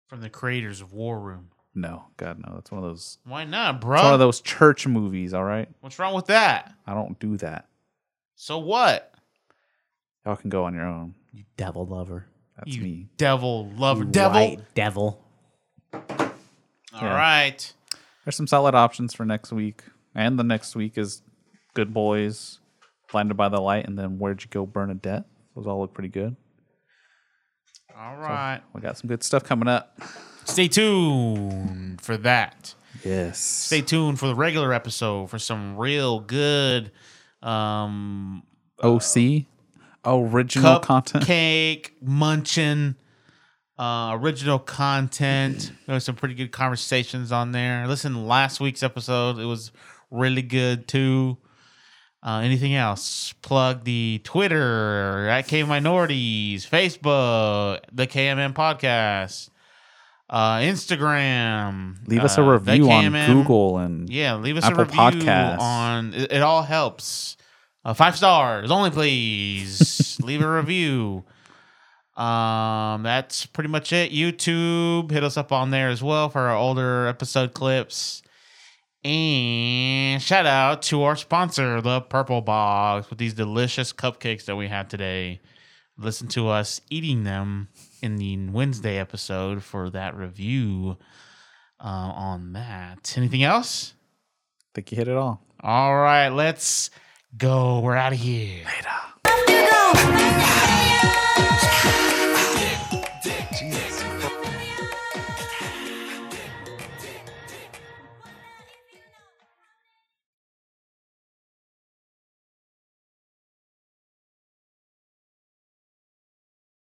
C: from the creators of War Room?
B: no, God no, that's one of those.
C: Why not,
B: It's one
C: bro?
B: of those church movies. All right,
C: What's wrong with that?
B: I don't do that.
C: So what?
B: Y'all can go on your own.
D: You devil lover.
B: That's
C: you
B: me.
C: devil lover,
D: You
C: devil.
D: white devil.
C: All
B: Yeah.
C: right.
B: There's some solid options for next week, and the next week is Good Boys, Blinded by the Light, and then Where'd You Go, Bernadette? Those all look pretty good.
C: All right.
B: We got some good stuff coming up.
C: Stay tuned for that.
B: Yes.
C: Stay tuned for the regular episode for some real good um
B: OC, original content.
C: cake munching uh, original content there was some pretty good conversations on there listen to last week's episode it was really good too Uh, anything else? Plug the Twitter at K Minorities, Facebook, the KMN Podcast, uh, Instagram.
B: Leave us a
C: uh, the
B: review on
C: KMN.
B: Google and
C: Yeah, leave us
B: Apple
C: a review
B: Podcasts.
C: on. It, it all helps. Uh, five stars only, please. leave a review. Um, that's pretty much it. YouTube, hit us up on there as well for our older episode clips. And shout out to our sponsor, the Purple Box, with these delicious cupcakes that we had today. Listen to us eating them in the Wednesday episode for that review uh, on that. Anything else?
B: I think you hit it all.
C: All right, let's go. We're out of here. Later.